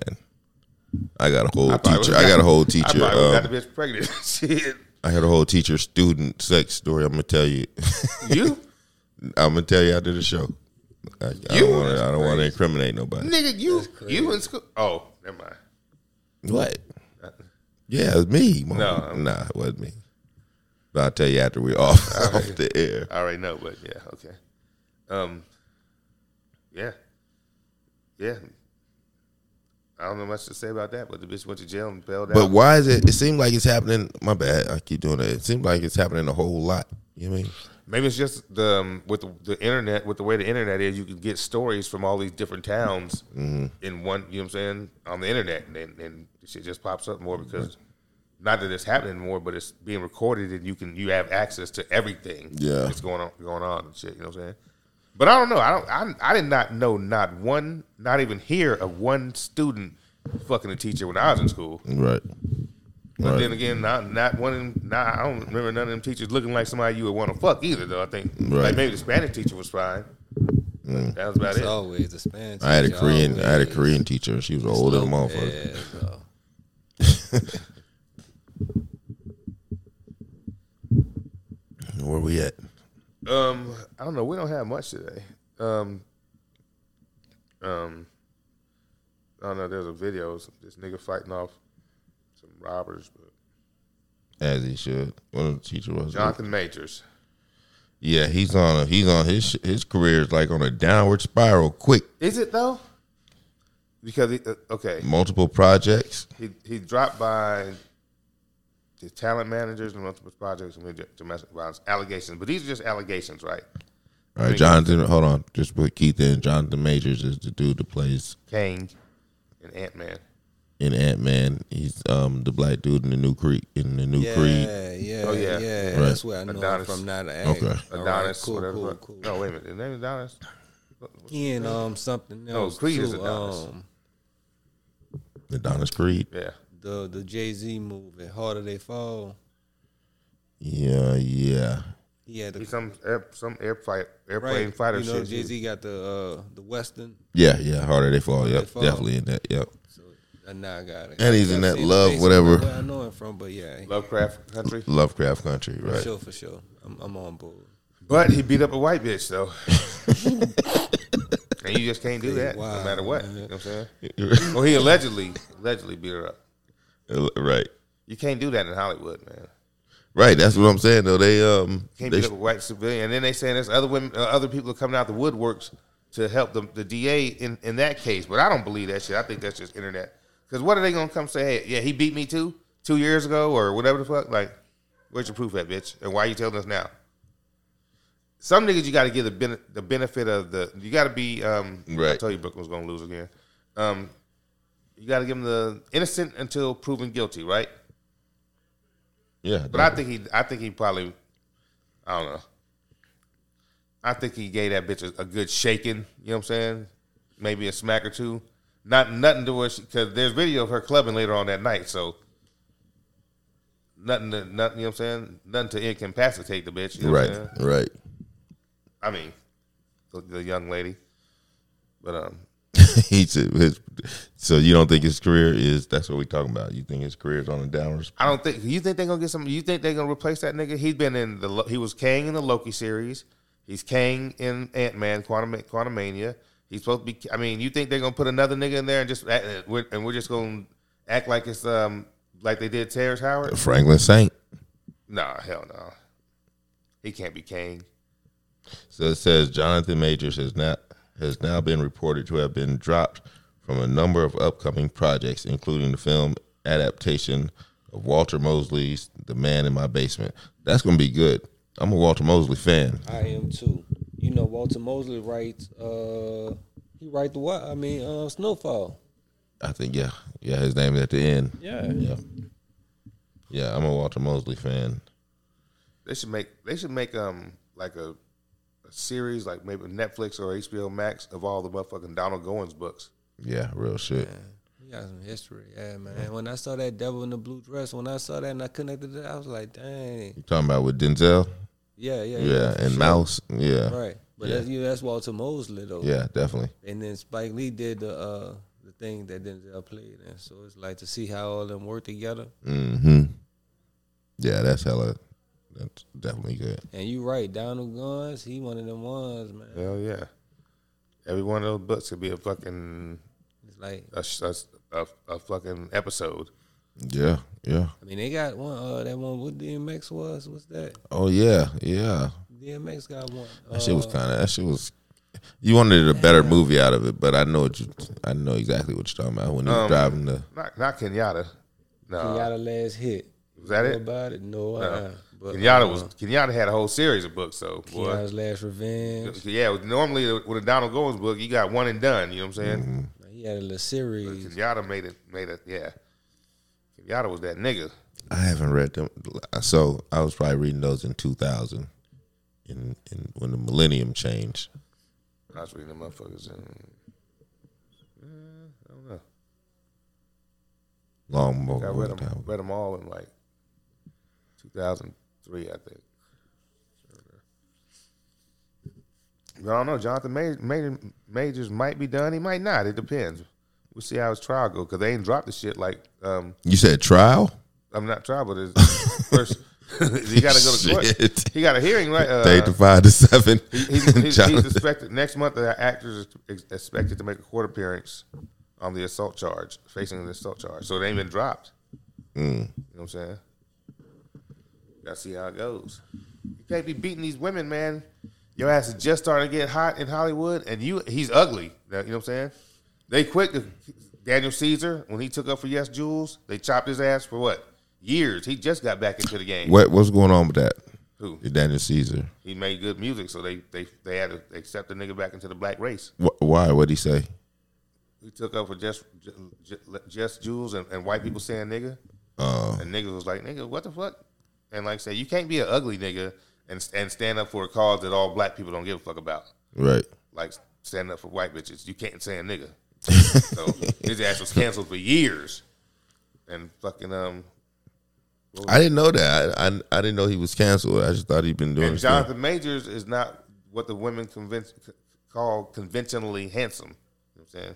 Speaker 2: I got a whole
Speaker 1: probably
Speaker 2: teacher.
Speaker 1: would've
Speaker 2: I got a whole
Speaker 1: I
Speaker 2: teacher.
Speaker 1: probably would've
Speaker 2: um,
Speaker 1: got the bitch pregnant. shit,
Speaker 2: I had a whole teacher student sex story. I'm gonna tell you.
Speaker 1: you
Speaker 2: I'm gonna tell you after the show. I, I
Speaker 1: You?
Speaker 2: don't want to. I don't want to incriminate nobody.
Speaker 1: nigga, you you in school? Oh, never mind.
Speaker 2: What? Yeah, it was me.
Speaker 1: No.
Speaker 2: nah, it wasn't me. But I'll tell you after we're off
Speaker 1: Oh,
Speaker 2: off the air.
Speaker 1: I already know, but yeah, okay. Um, yeah, yeah. I don't know much to say about that, but the bitch went to jail and bailed
Speaker 2: But
Speaker 1: out.
Speaker 2: why is it? It seems like it's happening. My bad. I keep doing that. It seems like it's happening a whole lot. You know what I mean?
Speaker 1: Maybe it's just the um, with the, the internet, with the way the internet is, you can get stories from all these different towns in one. You know what I'm saying on the internet, and, and shit just pops up more because not that it's happening more, but it's being recorded, and you can you have access to everything
Speaker 2: Yeah.
Speaker 1: that's going on going on and shit. You know what I'm saying? But I don't know. I don't. I, I did not know not one, not even hear of one student fucking a teacher when I was in school.
Speaker 2: Right.
Speaker 1: But
Speaker 2: Right.
Speaker 1: then again, not not one. Of them, not, I don't remember none of them teachers looking like somebody you would want to fuck either. Though I think
Speaker 2: Right. Mm.
Speaker 1: like maybe the Spanish teacher was fine. That was about
Speaker 3: It's
Speaker 1: it.
Speaker 3: always the Spanish.
Speaker 2: I had
Speaker 1: oh,
Speaker 2: a
Speaker 3: teacher,
Speaker 2: Korean. I had a
Speaker 3: always
Speaker 2: Korean teacher. and She was older than a
Speaker 3: slow.
Speaker 2: motherfucker.
Speaker 3: Yeah, so.
Speaker 2: Where we at?
Speaker 1: Um, I don't know. We don't have much today. Um, um, I don't know. There's a video. of This nigga fighting off some robbers. But
Speaker 2: As he should. One of the teacher was.
Speaker 1: Jonathan Majors.
Speaker 2: Yeah, he's on. A, he's on his his career is like on a downward spiral. Quick,
Speaker 1: Is it though? Because he, uh, okay,
Speaker 2: multiple projects.
Speaker 1: he he dropped by the talent managers and multiple projects and domestic violence allegations. But these are just allegations, right?
Speaker 2: All right, Jonathan. Hold on. Just put Keith in. Jonathan Majors is the dude that plays.
Speaker 1: Kang, and Ant Man.
Speaker 2: in Ant Man. He's um the black dude in the new Creed in the new
Speaker 3: Yeah,
Speaker 2: Creed.
Speaker 3: yeah,
Speaker 1: Oh, yeah.
Speaker 3: yeah.
Speaker 1: Right.
Speaker 3: That's where I know him
Speaker 1: Adonis.
Speaker 3: from now to
Speaker 2: Okay.
Speaker 1: Adonis,
Speaker 3: cool,
Speaker 1: whatever.
Speaker 3: cool, cool.
Speaker 1: No, wait a minute. His name is Adonis.
Speaker 3: He and um something else.
Speaker 1: Creed
Speaker 3: too,
Speaker 1: is Adonis.
Speaker 3: Um,
Speaker 2: Adonis Creed.
Speaker 1: Yeah.
Speaker 3: the the Jay Z movie, Harder They Fall.
Speaker 2: Yeah, yeah.
Speaker 3: He had the
Speaker 1: He's some air, some air fight, airplane
Speaker 3: right,
Speaker 1: fighter
Speaker 3: You know,
Speaker 1: shit.
Speaker 3: Jay Z got the uh, the Western.
Speaker 2: Yeah, yeah. Harder they fall.
Speaker 3: They
Speaker 2: Yep.
Speaker 3: Fall.
Speaker 2: Definitely in that. Yep.
Speaker 3: So uh, now I got it.
Speaker 2: And he's in
Speaker 3: I've
Speaker 2: that
Speaker 3: seen the
Speaker 2: Love,
Speaker 3: face,
Speaker 2: whatever.
Speaker 3: Where I know him from, but yeah, he-
Speaker 1: Lovecraft Country.
Speaker 2: Lovecraft Country,
Speaker 3: for
Speaker 2: right?
Speaker 3: sure, for sure. I'm, I'm on board.
Speaker 1: But he beat up a white bitch though. and you just can't do that no
Speaker 3: Wow,
Speaker 1: matter what. You know what I'm saying? Well, he allegedly allegedly beat her up.
Speaker 2: right.
Speaker 1: You can't do that in Hollywood, man.
Speaker 2: Right. That's what I'm saying though. They um
Speaker 1: You can't
Speaker 2: they,
Speaker 1: beat up a white civilian. And then they saying there's other women, uh, other people are coming out the woodworks to help the, the DA in, in that case. But I don't believe that shit. I think that's just internet. Because what are they gonna come say? Hey, yeah, he beat me too two years ago or whatever the fuck. Like, where's your proof at, bitch? And why are you telling us now? Some niggas you got to give the ben- the benefit of the. You got to be. Um, I
Speaker 2: Right.
Speaker 1: told you Brooklyn was gonna lose again. Um, you got to give him the innocent until proven guilty, right?
Speaker 2: yeah.
Speaker 1: But I think he, I think he probably, I don't know. I think he gave that bitch a, a good shaking. You know what I'm saying? Maybe a smack or two. Not nothing to her because there's video of her clubbing later on that night. So nothing, to, nothing. You know what I'm saying? Nothing to incapacitate the bitch. You know What I'm
Speaker 2: right.
Speaker 1: saying?
Speaker 2: Right.
Speaker 1: I mean, the, the young lady. But um,
Speaker 2: he said his, so you don't think his career is that's what we talking about. You think his career is on the downward
Speaker 1: I don't think you think they're gonna get some. You think they're gonna replace that nigga? He's been in the Lo- he was Kang in the Loki series. He's Kang in Ant Man, Quantum Quantumania. He's supposed to be. I mean, you think they're gonna put another nigga in there and just act, we're- and we're just gonna act like it's um like they did Terrence Howard?
Speaker 2: Franklin Saint.
Speaker 1: Nah, hell no. He can't be Kang.
Speaker 2: So it says Jonathan Majors has now has now been reported to have been dropped from a number of upcoming projects, including the film adaptation of Walter Mosley's The Man in My Basement. That's gonna be good. I'm a Walter Mosley fan.
Speaker 3: I am too. You know, Walter Mosley writes. Uh, he writes the what? I mean, uh, Snowfall.
Speaker 2: I think yeah, yeah. His name is at the end.
Speaker 3: Yeah.
Speaker 2: yeah, yeah. I'm a Walter Mosley fan.
Speaker 1: They should make they should make um like a, a series like maybe Netflix or HBO Max of all the motherfucking Donald Goins books.
Speaker 2: Yeah, real shit.
Speaker 3: He got some history. Yeah, man. When I saw that devil in the blue dress, when I saw that and I connected it, I was like, dang.
Speaker 2: You talking about with Denzel?
Speaker 3: Yeah, yeah,
Speaker 2: Yeah,
Speaker 3: for
Speaker 2: and
Speaker 3: sure.
Speaker 2: Mouse. Yeah,
Speaker 3: Right. But
Speaker 2: Yeah.
Speaker 3: that's you. That's Walter Mosley though.
Speaker 2: yeah, definitely.
Speaker 3: And then Spike Lee did the uh, the thing that Denzel played, and so it's like to see how all them work together.
Speaker 2: hmm Yeah, that's hella. That's definitely good.
Speaker 3: And you right, Donald Guns, he one of them ones, man.
Speaker 1: Hell yeah. Every one of those books could be a fucking
Speaker 3: It's like
Speaker 1: a, sh- a, s- a- a fucking episode.
Speaker 2: Yeah, yeah.
Speaker 3: I mean, they got one. Uh, that one with DMX was. What's that?
Speaker 2: Oh yeah, yeah.
Speaker 3: DMX got one.
Speaker 2: That shit was kind of. That shit was. You wanted a better movie out of it, but I know what you. I know exactly what you're talking about when he was
Speaker 1: Um,
Speaker 2: driving the.
Speaker 1: Not not Kenyatta. No,
Speaker 3: Kenyatta Uh, last hit.
Speaker 1: was that
Speaker 3: Know
Speaker 1: it?
Speaker 3: about it? No, uh, but
Speaker 1: Kenyatta
Speaker 3: uh,
Speaker 1: was Kenyatta had a whole series of books. So boy,
Speaker 3: Kenyatta's last revenge.
Speaker 1: yeah. Normally with a Donald Goins book, you got one and done. You know what I'm saying?
Speaker 3: He had a little series.
Speaker 1: Kenyatta made it. Made it. Yeah. Kenyatta was that nigga.
Speaker 2: I haven't read them, so I was probably reading those in 2000, in, in when the millennium changed.
Speaker 1: I was reading the motherfuckers. uh, And, Eh, I don't know.
Speaker 2: Long,
Speaker 1: I
Speaker 2: long,
Speaker 1: read them,
Speaker 2: long time.
Speaker 1: read them all in like 2003, I think. But I don't know. Jonathan Major, Major, Majors might be done. He might not. It depends. We'll see how his trial go because they ain't dropped the shit like um,
Speaker 2: You said trial?
Speaker 1: I'm not trial, but it's first. he got to go to court.
Speaker 2: Shit.
Speaker 1: He got a hearing, right? Uh,
Speaker 2: Eight to five to seven.
Speaker 1: He's, he's, he's
Speaker 2: Jonathan.
Speaker 1: expected next month. The actors is ex- expected to make a court appearance on the assault charge, facing the assault charge. So they ain't been dropped. You know what I'm saying? Gotta see how it goes. You can't be beating these women, man. Your ass is just starting to get hot in Hollywood, and you—he's ugly. Now, You know what I'm saying? They quick. Daniel Caesar, when he took up for Yes Jules, they chopped his ass for what? Years. He just got back into the game.
Speaker 2: What what's going on with that?
Speaker 1: Who?
Speaker 2: Daniel Caesar.
Speaker 1: He made good music, so they they they had to accept the nigga back into the black race.
Speaker 2: Wh- why? What'd he say?
Speaker 1: we took up for just just, just Jules and, and white people saying nigga,
Speaker 2: Uh,
Speaker 1: and niggas was like nigga, what the fuck? And like I said, you can't be an ugly nigga and and stand up for a cause that all black people don't give a fuck about,
Speaker 2: right.
Speaker 1: like standing up for white bitches. You can't say a nigga. so his ass was canceled for years, and fucking um
Speaker 2: I didn't know that. I, I I didn't know he was canceled. I just thought he'd been doing.
Speaker 1: And
Speaker 2: his thing.
Speaker 1: Jonathan Majors is not what the women convince, call conventionally handsome. You know what I'm saying?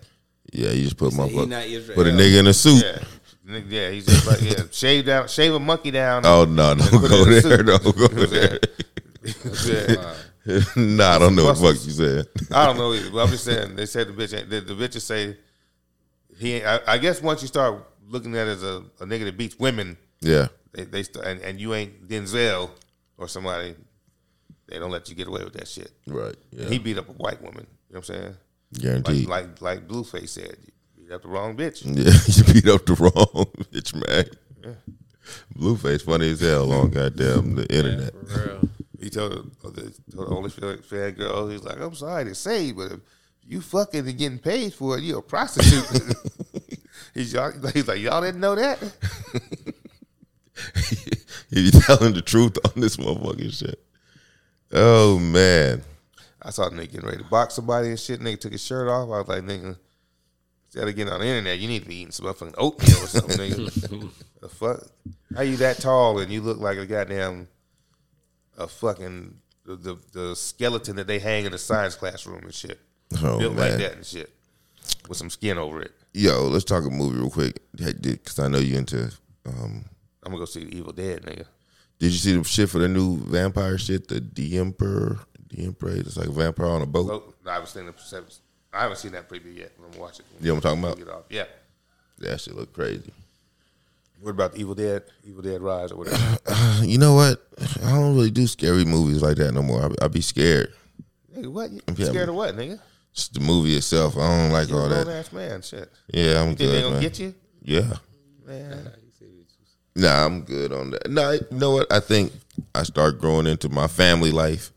Speaker 2: Yeah, you just put my
Speaker 3: he
Speaker 2: fuck,
Speaker 3: not Israel.
Speaker 2: put a nigga in a suit.
Speaker 1: Yeah. Nigga, Yeah, he's just like, yeah, shave down, shave a monkey down.
Speaker 2: Oh no, don't
Speaker 1: put
Speaker 2: go
Speaker 1: it in a
Speaker 2: there.
Speaker 1: suit.
Speaker 2: Don't go there.
Speaker 1: Yeah.
Speaker 2: nah, I don't know what the fuck
Speaker 1: Muscles.
Speaker 2: you said.
Speaker 1: I don't know either, but I'm just saying, they said the bitch, ain't- the, the bitches say, he. ain't- I, I guess once you start looking at it as a, a nigga that beats women,
Speaker 2: yeah,
Speaker 1: they, they st- and, and you ain't Denzel or somebody, they don't let you get away with that shit.
Speaker 2: right. Yeah,
Speaker 1: He beat up a white woman. You know what I'm saying?
Speaker 2: guaranteed.
Speaker 1: Like, like, like Blueface said, you beat up the wrong bitch.
Speaker 2: yeah, you beat up the wrong bitch, man. Blueface funny as hell on goddamn the internet.
Speaker 1: He told oh, the, the, told the only fan- fan girl, he's like, I'm sorry to say, but if you fucking and getting paid for it, you're a prostitute. he's, y'all, he's like, y'all didn't know that?
Speaker 2: he be telling the truth on this motherfucking shit. Oh man,
Speaker 1: I saw a nigga getting ready to box somebody and shit. Nigga took his shirt off. I was like, nigga, instead of getting on the internet, you need to be eating some motherfucking oatmeal or something, nigga. the fuck? How you that tall and you look like a goddamn, a fucking, the, the, the skeleton that they hang in the science classroom and shit.
Speaker 2: oh
Speaker 1: Built
Speaker 2: man.
Speaker 1: like that and shit. With some skin over it.
Speaker 2: Yo, let's talk a movie real quick, because I know you into. Um,
Speaker 1: I'm gonna go see the Evil Dead, nigga.
Speaker 2: did you see the shit for the new vampire shit? The the Emperor, the Emperor. It's like a vampire on a boat.
Speaker 1: Oh, no, I was seeing the seven. I haven't seen that preview yet. I'm gonna watch it.
Speaker 2: You know what I'm talking about?
Speaker 1: Get off. Yeah.
Speaker 2: That shit look crazy.
Speaker 1: What about the Evil Dead? Evil Dead Rise or whatever.
Speaker 2: You know what? I don't really do scary movies like that no more. I, I be scared.
Speaker 1: nigga, what? You
Speaker 2: Yeah,
Speaker 1: scared
Speaker 2: man.
Speaker 1: of what, nigga?
Speaker 2: Just the movie itself. I don't like
Speaker 1: You
Speaker 2: all
Speaker 1: a grown
Speaker 2: that.
Speaker 1: ass man. Shit.
Speaker 2: Yeah, I'm
Speaker 1: Think they
Speaker 2: good,
Speaker 1: gonna
Speaker 2: man.
Speaker 1: get you?
Speaker 2: Yeah.
Speaker 1: Man.
Speaker 2: Nah, I'm good on that. No, nah, you know what? I think I start growing into my family life.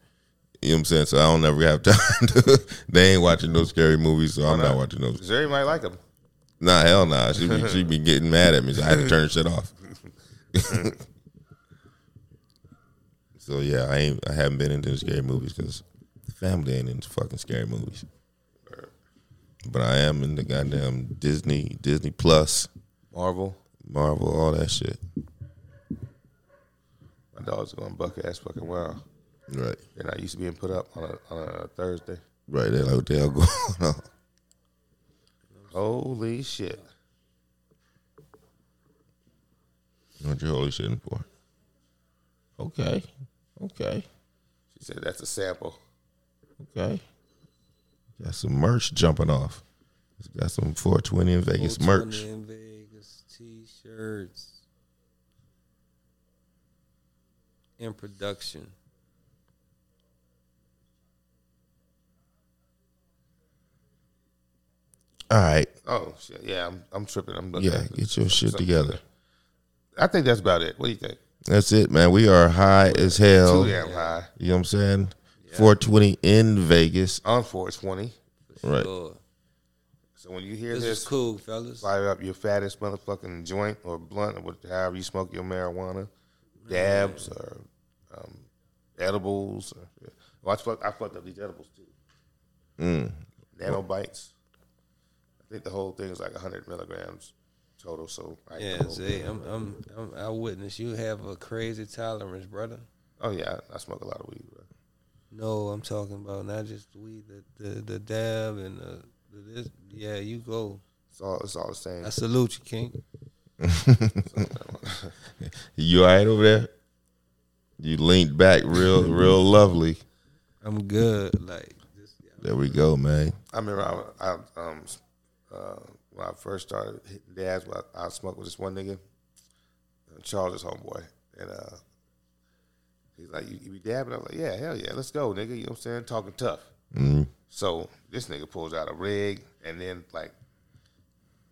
Speaker 2: You know what I'm saying? So I don't ever have time to. they ain't watching no scary movies, so I'm not watching those.
Speaker 1: Zuri might like him.
Speaker 2: Nah, hell nah. She be, she be getting mad at me, so I had to turn shit off. so yeah, I ain't. I haven't been into the scary movies because the family ain't into fucking scary movies. But I am in the goddamn Disney, Disney Plus,
Speaker 1: Marvel.
Speaker 2: Marvel, all that shit.
Speaker 1: My dog's going buck ass fucking wild.
Speaker 2: Right,
Speaker 1: They're not used to being put up on a, on a Thursday.
Speaker 2: right. They're like, what the hell going on?
Speaker 1: Holy shit.
Speaker 2: What you holy shitting for? Okay, okay,
Speaker 1: She said that's a sample.
Speaker 2: okay. Got some merch jumping off. Got some 420 in Vegas merch.
Speaker 3: In Vegas, t-shirts. In production.
Speaker 2: All right.
Speaker 1: Oh shit. Yeah, I'm I'm tripping. I'm looking
Speaker 2: Yeah,
Speaker 1: at the-
Speaker 2: get your shit
Speaker 1: something.
Speaker 2: together.
Speaker 1: I think that's about it. What do you think?
Speaker 2: That's it, man. We are high as
Speaker 1: Too
Speaker 2: hell.
Speaker 1: damn high.
Speaker 2: You know what I'm saying? 420 in Vegas.
Speaker 1: On 420.
Speaker 2: Right.
Speaker 3: Lord,
Speaker 1: So when you hear
Speaker 3: this
Speaker 1: this,
Speaker 3: is cool, fellas.
Speaker 1: fire up your fattest motherfucking joint or blunt or what, however you smoke your marijuana, dabs or um, edibles. Or, well, I, fuck, I fucked up these edibles too. Mm. Nanobites. I think the whole thing is like 100 milligrams total. So I ate the
Speaker 3: yeah,
Speaker 1: whole
Speaker 3: see,
Speaker 1: thing.
Speaker 3: I'm, I'm, I'm, I witness you have a crazy tolerance, brother.
Speaker 1: Oh, yeah, I, I smoke a lot of weed. Bro.
Speaker 3: No, I'm talking about not just the weed, the the, the dab and the, the this. Yeah, you go.
Speaker 1: It's all, it's all the same.
Speaker 3: I salute you, King.
Speaker 2: You all right over there? You leaned back real, real lovely.
Speaker 3: I'm good. Like, just,
Speaker 2: There we go, man.
Speaker 1: I remember I, I um uh, when I first started hitting dabs, I, I smoked with this one nigga, uh, Charles' homeboy, and uh, he's like, you, "You be dabbing?" I was like, "Yeah, hell yeah, let's go, nigga." You know what I'm saying? Talking tough. So this nigga pulls out a rig and then like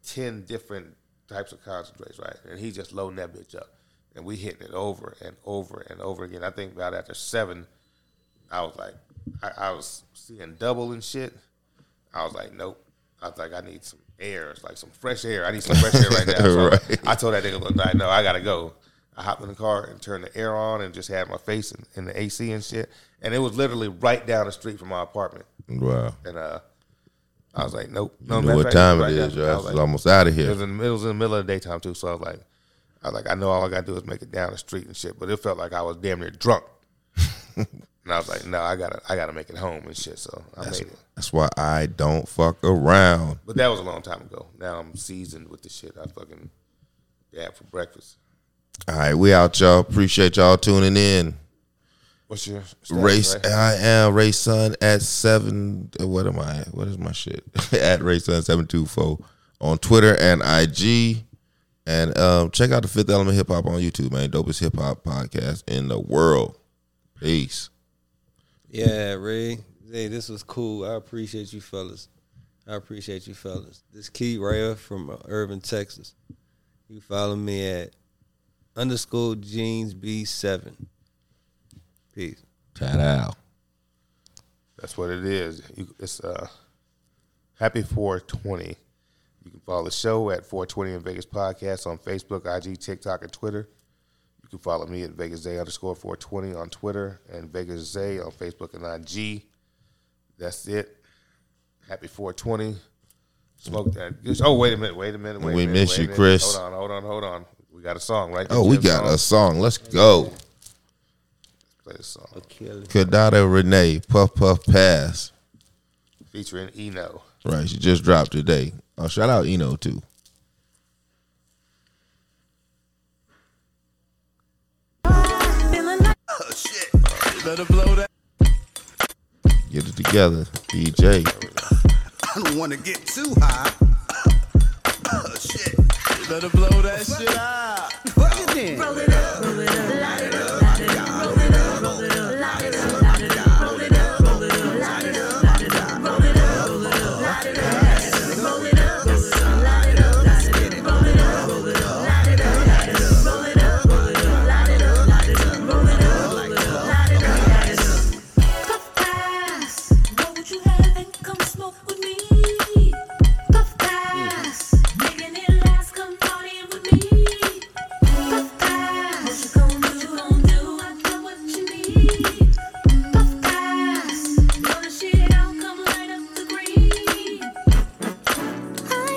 Speaker 1: ten different types of concentrates, right? And he just loading that bitch up, and we hitting it over and over and over again. I think about after seven, I was like, I, I was seeing double and shit. I was like, nope. I was like, I need some air. It's like some fresh air. I need some fresh air right now. So
Speaker 2: Right.
Speaker 1: I told that nigga, look, I know I gotta go. I hopped in the car and turned the air on and just had my face in, in the AC and shit. And it was literally right down the street from my apartment.
Speaker 2: Wow.
Speaker 1: And uh, I was like, nope.
Speaker 2: You
Speaker 1: No,
Speaker 2: know
Speaker 1: matter of
Speaker 2: what
Speaker 1: fact,
Speaker 2: time
Speaker 1: was
Speaker 2: it
Speaker 1: right
Speaker 2: is,
Speaker 1: down-
Speaker 2: y'all.
Speaker 1: I was
Speaker 2: It's
Speaker 1: like-
Speaker 2: almost out of
Speaker 1: It
Speaker 2: here.
Speaker 1: was, in, it was in the middle of the daytime too, so I was like, I was like, I know all I gotta do is make it down the street and shit, but it felt like I was damn near drunk. and I was like, no, I gotta, I gotta make it home and shit. So I made it.
Speaker 2: That's why I don't fuck around.
Speaker 1: But that was a long time ago. Now I'm seasoned with the shit. I fucking dab for breakfast.
Speaker 2: All right, we out, y'all. Appreciate y'all tuning in.
Speaker 1: What's your status,
Speaker 2: Race,
Speaker 1: right?
Speaker 2: I am Ray Sun at seven. uh, What am I? What is my shit? at Ray Sun seven two four on Twitter and IG, and um, check out the Fifth Element Hip Hop on YouTube, man. Dopest hip hop podcast in the world. Peace.
Speaker 3: Yeah, Ray. Hey, this was cool. I appreciate you fellas. I appreciate you fellas. This Key Ray from uh, Irving, Texas. You follow me at underscore jeans B7. Peace.
Speaker 2: Tad out.
Speaker 1: That's what it is. You, it's uh, happy 420. You can follow the show at 420 in Vegas Podcast on Facebook, IG, TikTok, and Twitter. You can follow me at Vegas Zay underscore 420 on Twitter and Vegas Zay on Facebook and IG. That's it. Happy 420. Smoke that. Oh, wait a minute. Wait a minute. Wait
Speaker 2: We
Speaker 1: a minute,
Speaker 2: miss
Speaker 1: wait
Speaker 2: you,
Speaker 1: a minute.
Speaker 2: Chris.
Speaker 1: Hold on, hold on, hold on. We got a song, right?
Speaker 2: Oh, we got a song. Let's go.
Speaker 1: Play the song.
Speaker 3: Kill it.
Speaker 2: Kadada Renee, Puff Puff Pass.
Speaker 1: Featuring Eno.
Speaker 2: Right, she just dropped today. Oh, shout out Eno too. Get it together, DJ.
Speaker 6: I don't wanna get too high. Oh shit. Let her blow that shit out. Fuck it then.
Speaker 5: Puff pass. Know what you have and come smoke with me. Puff pass. Making it last, come party with me. Puff pass. What you gonna do? What you gonna do? I know what you need. Puff pass. Blow the shit out, come light up the green. I never felt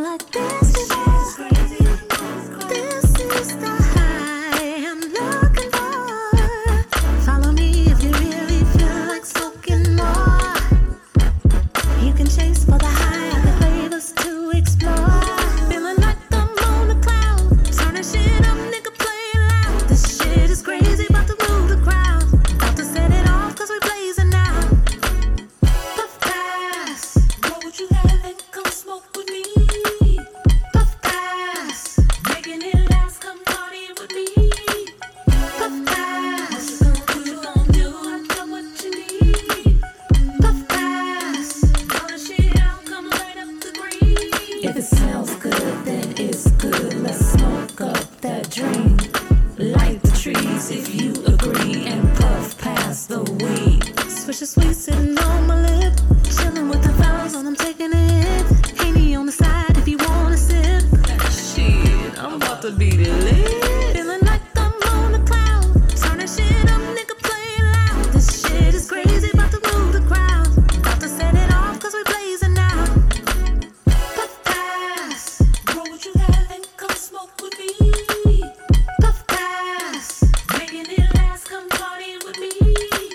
Speaker 5: like this before. This is the high I'm looking for. Follow me if you really feel like soaking more. You can chase for the high, other flavors to explore. Feeling like I'm on a cloud. Turn that shit up, nigga, play it loud. This shit is crazy, about to move the crowd. About to set it off, cause we blazing now. Puff pass. What would you have and come smoke with me? Puff pass. Making it last, come party with me. Puff pass. What you gonna do? What you gonna do? I know what you need. Puff pass. Blow the shit out, come light up the green.
Speaker 7: If it smells good, then it's good. Let's smoke up that dream. Light the trees if you agree and puff past the weed.
Speaker 5: Swish is sweet sitting on my lip. Chilling with the fellas while I'm taking it. Haney on the side if you wanna sip.
Speaker 7: Shit, I'm about to be lit.
Speaker 5: Feeling like I'm on a cloud. Turn that shit up, nigga, play it loud. This shit is crazy, about to move the crowd. About to set it off, cause we blazing now. Puff pass. Grow what you have and come smoke with me. Puff pass. Making it last, come party with me.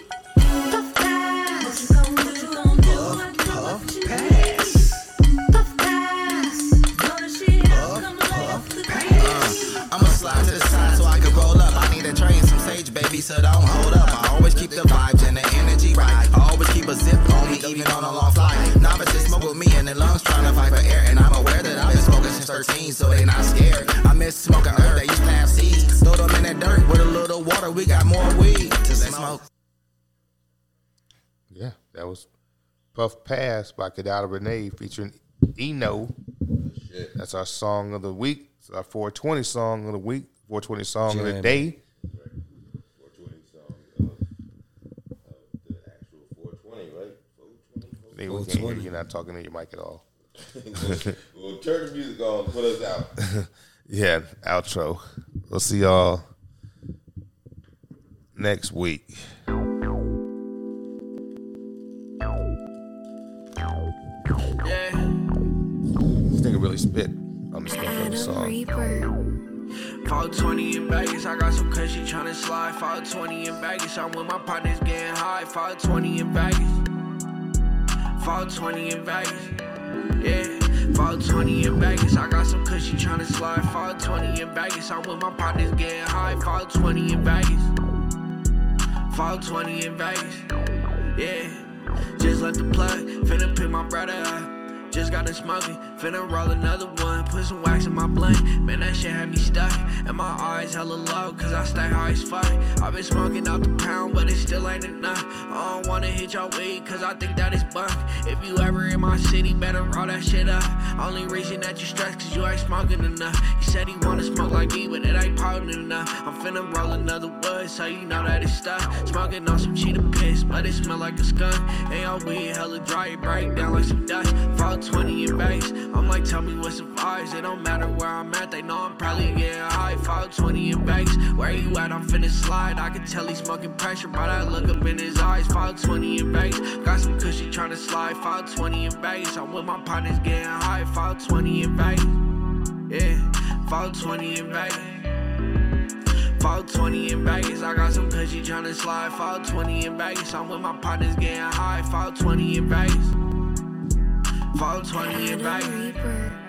Speaker 5: Puff pass. What you gonna do? What you gonna do? I know what you need. Puff pass. Blow the shit out, come light up the green.
Speaker 6: I'ma slide to the side so I can roll up. I need a tray and some sage, baby, so don't hold up. I always keep the vibes and the energy right. I always keep a zip on me, even on a long flight. Novices smoke with me and their lungs trying to fight for air. And I'm aware that I've been smoking since 13, so they not scared. I miss smoking herb, they used to have seeds. Throw them in the dirt with a little water, we got more weed to smoke.
Speaker 1: Yeah, that was Puff Pass by Kadada Renee featuring Eno. That's our song of the week. It's our 420 song of the week, 420 song of the
Speaker 3: Jamming.
Speaker 1: day. They we can't hear you. You're not talking to your mic at all.
Speaker 2: Well, turn the music on. Put us out.
Speaker 1: Yeah, outro. We'll see y'all next week.
Speaker 4: Yeah.
Speaker 1: This nigga really spit on this motherfucking
Speaker 5: Adam
Speaker 1: song.
Speaker 5: Reaper.
Speaker 4: Fall 20 in Vegas, I got some cushy tryna slide. Fall 20 in Vegas, I'm with my partners getting high. Fall 20 in Vegas. Fall 20 in Vegas. Yeah. Fall 20 in Vegas, I got some cushy tryna slide. Fall 20 in Vegas, I'm with my partners getting high. Fall 20 in Vegas. Fall 20 in Vegas. Yeah, just let the plug, finna pin my brother up. Just got a smoking, finna roll another one. Put some wax in my blunt, man, that shit had me stuck. And my eyes hella low, cause I stay high as fuck. i been smoking out the pound, but it still ain't enough. I don't wanna hit your weed, cause I think that is bunk. If you ever in my city, better roll that shit up. Only reason that you stress, cause you ain't smoking enough. You said he wanna smoke like me, but it ain't potent enough. I'm finna roll another wood, so you know that it's stuck. Smoking on some cheetah piss, but it smell like a skunk. And your weed hella dry, it break down like some dust. Fall 20 in base, I'm like, tell me what's the vibes. It don't matter where I'm at, they know I'm probably getting high. Fall 20 in base, where you at, I'm finna slide. I can tell he's smoking pressure, but I look up in his eyes. Fall 20 in base, got some cushy tryna slide. Fall 20 in base, I'm with my partners getting high. Fall 20 in base. Yeah, fall 20 in Vegas. Fall 20 in Vegas. I got some cushy tryna slide. Fall 20 in Vegas. I'm with my partners getting high. Fall 20 in Vegas. Fall 20 in
Speaker 5: Adam
Speaker 4: Vegas.
Speaker 5: Reaper.